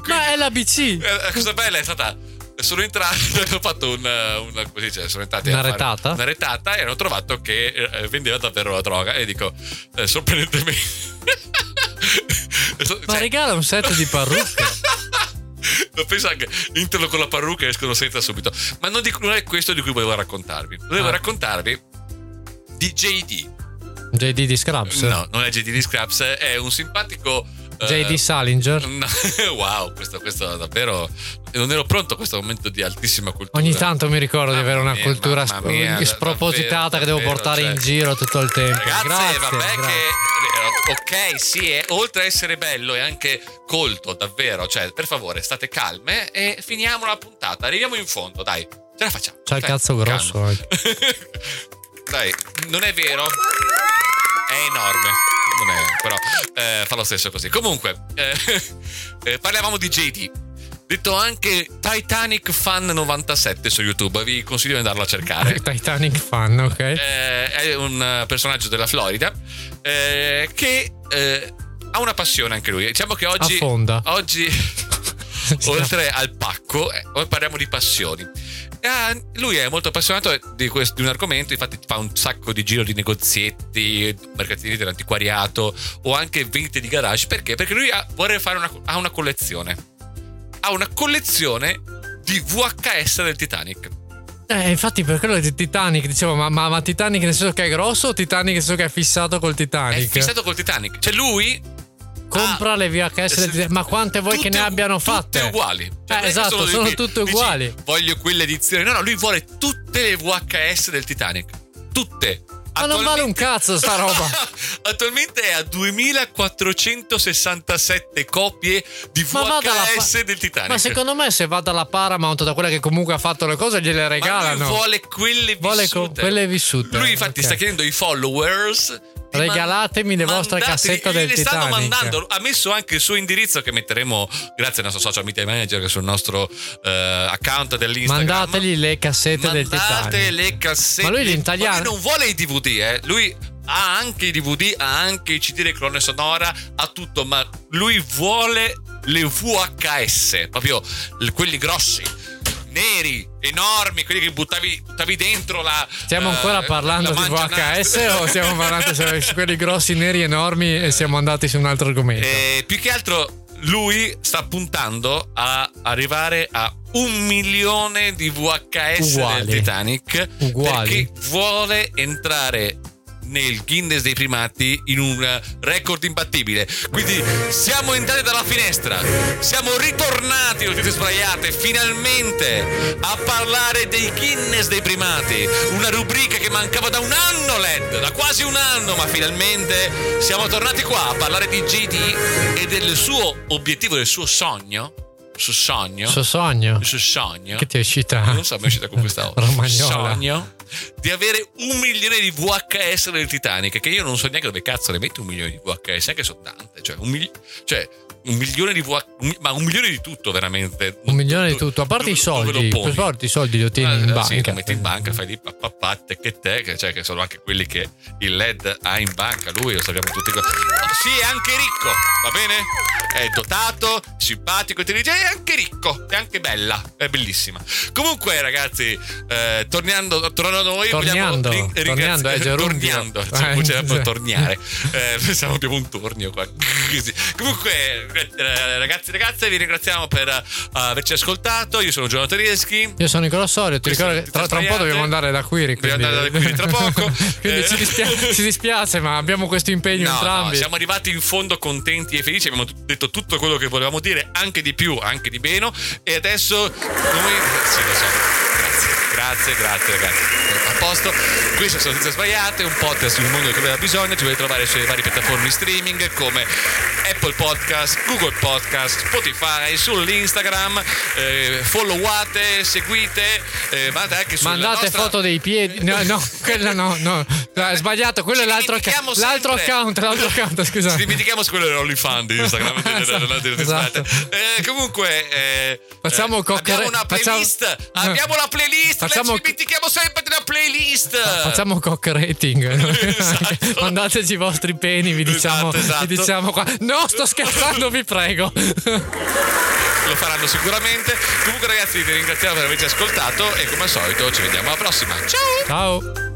Speaker 2: Ma è l'ABC.
Speaker 1: Eh, La cosa bella è stata. Sono entrati, [LAUGHS] hanno fatto un, un- come si dice, sono entrati a
Speaker 2: Una
Speaker 1: fare
Speaker 2: retata?
Speaker 1: una retata e hanno trovato che eh, vendeva davvero la droga. E dico, eh, sorprendentemente. [LAUGHS]
Speaker 2: Ma
Speaker 1: Cioè,
Speaker 2: regala un set di parrucche.
Speaker 1: Lo penso anche, entrano con la parrucca e escono senza subito. Ma non, di- non è questo di cui volevo raccontarvi. Volevo
Speaker 2: Ah.
Speaker 1: raccontarvi di JD.
Speaker 2: JD di Scrubs.
Speaker 1: No, non è JD di Scraps, è un simpatico. eh,
Speaker 2: JD
Speaker 1: [LAUGHS]
Speaker 2: Salinger.
Speaker 1: no, wow, questo, questo davvero. Non ero pronto a questo momento di altissima cultura.
Speaker 2: Ogni tanto mi ricordo di
Speaker 1: Mamma
Speaker 2: avere una
Speaker 1: mia,
Speaker 2: cultura
Speaker 1: mamma mia,
Speaker 2: sp- spropositata
Speaker 1: davvero,
Speaker 2: che devo
Speaker 1: davvero,
Speaker 2: portare
Speaker 1: cioè.
Speaker 2: in giro tutto il tempo.
Speaker 1: Ragazze,
Speaker 2: grazie,
Speaker 1: vabbè
Speaker 2: grazie.
Speaker 1: che. eh, Ok, sì, è- oltre a essere bello è anche colto, davvero. Cioè, per favore, state calme e finiamo la puntata. Arriviamo in fondo, dai. Ce la facciamo.
Speaker 2: C'ha il
Speaker 1: Dai,
Speaker 2: cazzo
Speaker 1: Cioè, calma.
Speaker 2: grosso. anche.
Speaker 1: [LAUGHS] dai, non è vero. È enorme. Non è, però eh, fa lo stesso così. Comunque, eh, [LAUGHS] eh, parlavamo di JD. Detto anche Titanic Fan 97 su YouTube. Vi consiglio di andarlo a cercare.
Speaker 2: [LAUGHS] Titanic fan, ok?
Speaker 1: Eh, è un eh, personaggio della Florida eh, che eh, ha una passione anche lui. Diciamo che oggi, [LAUGHS]
Speaker 2: Affonda. [LAUGHS]
Speaker 1: oggi oltre al pacco, eh, ora parliamo di passioni. E, ah, lui è molto appassionato di, quest- di un argomento, infatti fa un sacco di giro di negozietti, mercatini dell'antiquariato o anche vendite di garage. Perché? Perché lui ha- vorrebbe fare una, ha una collezione. Ha una collezione di VHS del Titanic.
Speaker 2: Eh, infatti per quello di Titanic, dicevo, ma, ma- ma Titanic nel senso che è grosso o Titanic nel senso che è fissato col
Speaker 1: È
Speaker 2: Titanic?
Speaker 1: fissato col Titanic. Cioè lui
Speaker 2: Compra Eh, le VHS del Titanic, ma quante vuoi che
Speaker 1: Ah. Tutte-
Speaker 2: ne abbiano fatte?
Speaker 1: Tutte uguali. Cioè,
Speaker 2: Eh,
Speaker 1: non è che
Speaker 2: esatto,
Speaker 1: di-
Speaker 2: sono tutte
Speaker 1: dici,
Speaker 2: uguali.
Speaker 1: voglio quell'edizione. No, no, lui vuole tutte le VHS del Titanic. Tutte.
Speaker 2: Ma non vale un
Speaker 1: Attualmente-
Speaker 2: cazzo sta
Speaker 1: [LAUGHS]
Speaker 2: roba.
Speaker 1: Attualmente è a 2467 copie di
Speaker 2: Ma vada alla pa-
Speaker 1: VHS del Titanic.
Speaker 2: Ma secondo me se va dalla Paramount, da quella che comunque ha fatto le cose, gliele
Speaker 1: Ma lui
Speaker 2: regalano.
Speaker 1: vuole quelle
Speaker 2: Vuole co-
Speaker 1: vissute.
Speaker 2: quelle vissute.
Speaker 1: Lui infatti
Speaker 2: Ok.
Speaker 1: sta chiedendo ai followers di
Speaker 2: Regalatemi le
Speaker 1: man-
Speaker 2: vostre
Speaker 1: mandateli-
Speaker 2: cassette
Speaker 1: gliele
Speaker 2: del
Speaker 1: stanno
Speaker 2: Titanic.
Speaker 1: mandando. Ha messo anche il suo indirizzo che metteremo grazie al nostro social media manager che è sul nostro eh, account dell'Instagram.
Speaker 2: Mandategli le cassette del
Speaker 1: Mandate
Speaker 2: Titanic.
Speaker 1: le cassette.
Speaker 2: Ma lui in
Speaker 1: Ma
Speaker 2: italiano.
Speaker 1: lui non vuole i DVD, eh. Lui ha anche i DVD, ha anche i CD di clone sonora, ha tutto, ma lui vuole le VHS, proprio le- quelli grossi. neri, enormi, quelli che buttavi, buttavi dentro la.
Speaker 2: Stiamo ancora
Speaker 1: eh,
Speaker 2: parlando
Speaker 1: la
Speaker 2: di
Speaker 1: mangianastra.
Speaker 2: VHS [LAUGHS]
Speaker 1: [LAUGHS]
Speaker 2: o stiamo parlando su su quelli grossi, neri, enormi e siamo andati su un altro argomento?
Speaker 1: Eh, più che altro lui sta puntando a arrivare a un milione di VHS
Speaker 2: Uguali.
Speaker 1: del Titanic
Speaker 2: Uguali.
Speaker 1: perché vuole entrare nel Guinness dei primati in un record imbattibile quindi siamo entrati dalla finestra siamo ritornati notizie sbagliate finalmente a parlare dei Guinness dei primati una rubrica che mancava da un anno Led da quasi un anno ma finalmente siamo tornati qua a parlare di GD e del suo obiettivo del suo sogno suo sogno
Speaker 2: Il suo sogno.
Speaker 1: il suo sogno
Speaker 2: Che ti è uscita?
Speaker 1: non so, mi è uscita con
Speaker 2: [LAUGHS]
Speaker 1: questa
Speaker 2: Romagnola.
Speaker 1: sogno di avere un milione di VHS del Titanic, che io non so neanche dove cazzo ne metti un milione di VHS, anche sono tante, cioè un, mili- cioè, un milione di VHS, ma un milione di tutto veramente.
Speaker 2: Un milione di
Speaker 1: Dove-
Speaker 2: tutto, a parte
Speaker 1: dove-
Speaker 2: i soldi,
Speaker 1: dove lo
Speaker 2: per
Speaker 1: poni?
Speaker 2: forti i soldi li
Speaker 1: Ah,
Speaker 2: ottieni in
Speaker 1: sì,
Speaker 2: banca.
Speaker 1: lo metti in banca, fai lì pappapatte che te, che, cioè, che sono anche quelli che il LED ha in banca, lui lo sappiamo tutti. qua. Oh, sì, è anche ricco, va bene? È dotato, simpatico, intelligente, è anche ricco, è anche bella, è bellissima. Comunque ragazzi, eh, tornando, tornando a noi,
Speaker 2: Tornando,
Speaker 1: vogliamo rin-
Speaker 2: tornando,
Speaker 1: ringraziare-
Speaker 2: eh, Gerundo.
Speaker 1: tornando,
Speaker 2: Eh,
Speaker 1: cioè, c'è proprio
Speaker 2: sì.
Speaker 1: tornare. Eh, pensavo abbiamo un tornio qua. Così. Comunque, eh, ragazzi e ragazze, vi ringraziamo per eh, averci ascoltato. Io sono Giorgio Tedeschi.
Speaker 2: Io sono Nicola Sorio, ti
Speaker 1: Questo
Speaker 2: ricordo
Speaker 1: ti
Speaker 2: che tra, tra un po'
Speaker 1: sbagliate.
Speaker 2: dobbiamo andare da Quiri.
Speaker 1: Dobbiamo
Speaker 2: quindi-
Speaker 1: andare da Quiri tra poco.
Speaker 2: [LAUGHS] quindi
Speaker 1: Eh.
Speaker 2: ci, dispia- ci dispiace, ma abbiamo questo impegno
Speaker 1: No,
Speaker 2: entrambi.
Speaker 1: no, siamo arrivati in fondo contenti e felici, abbiamo t- detto tutto quello che volevamo dire, anche di più, anche di meno. E adesso noi. Sì, lo so. Grazie, grazie, grazie, ragazzi. A posto, queste sono notizie sbagliate, un podcast sul mondo che aveva bisogno, ci potete trovare sulle varie piattaforme di streaming come Apple Podcast, Google Podcast, Spotify, sull'Instagram, eh, followate, seguite, eh, mandate anche sulla
Speaker 2: Mandate
Speaker 1: nostra-
Speaker 2: foto dei piedi. No,
Speaker 1: [LAUGHS]
Speaker 2: no, quella no, no. È sbagliato, quello è
Speaker 1: Ci
Speaker 2: l'altro, acca-
Speaker 1: dimentichiamo
Speaker 2: l'altro
Speaker 1: sempre.
Speaker 2: account. L'altro account,
Speaker 1: Ci
Speaker 2: scusate.
Speaker 1: dimentichiamo su quello dell'OnlyFans di Instagram.
Speaker 2: Esatto,
Speaker 1: Non dire
Speaker 2: esatto.
Speaker 1: disperate. Eh, comunque, eh,
Speaker 2: Facciamo
Speaker 1: eh,
Speaker 2: coccare-
Speaker 1: abbiamo una
Speaker 2: facciamo-
Speaker 1: playlist. Abbiamo la playlist.
Speaker 2: Facciamo-
Speaker 1: Lei, ci dimentichiamo sempre della playlist.
Speaker 2: Facciamo cock rating.
Speaker 1: [LAUGHS] Esatto.
Speaker 2: [LAUGHS] Mandateci i vostri peni, vi diciamo,
Speaker 1: Esatto, esatto.
Speaker 2: vi diciamo qua. No, sto scherzando, vi prego.
Speaker 1: Lo faranno sicuramente. Comunque, ragazzi, vi ringraziamo per averci ascoltato. E come al solito, ci vediamo alla prossima. Ciao.
Speaker 2: Ciao.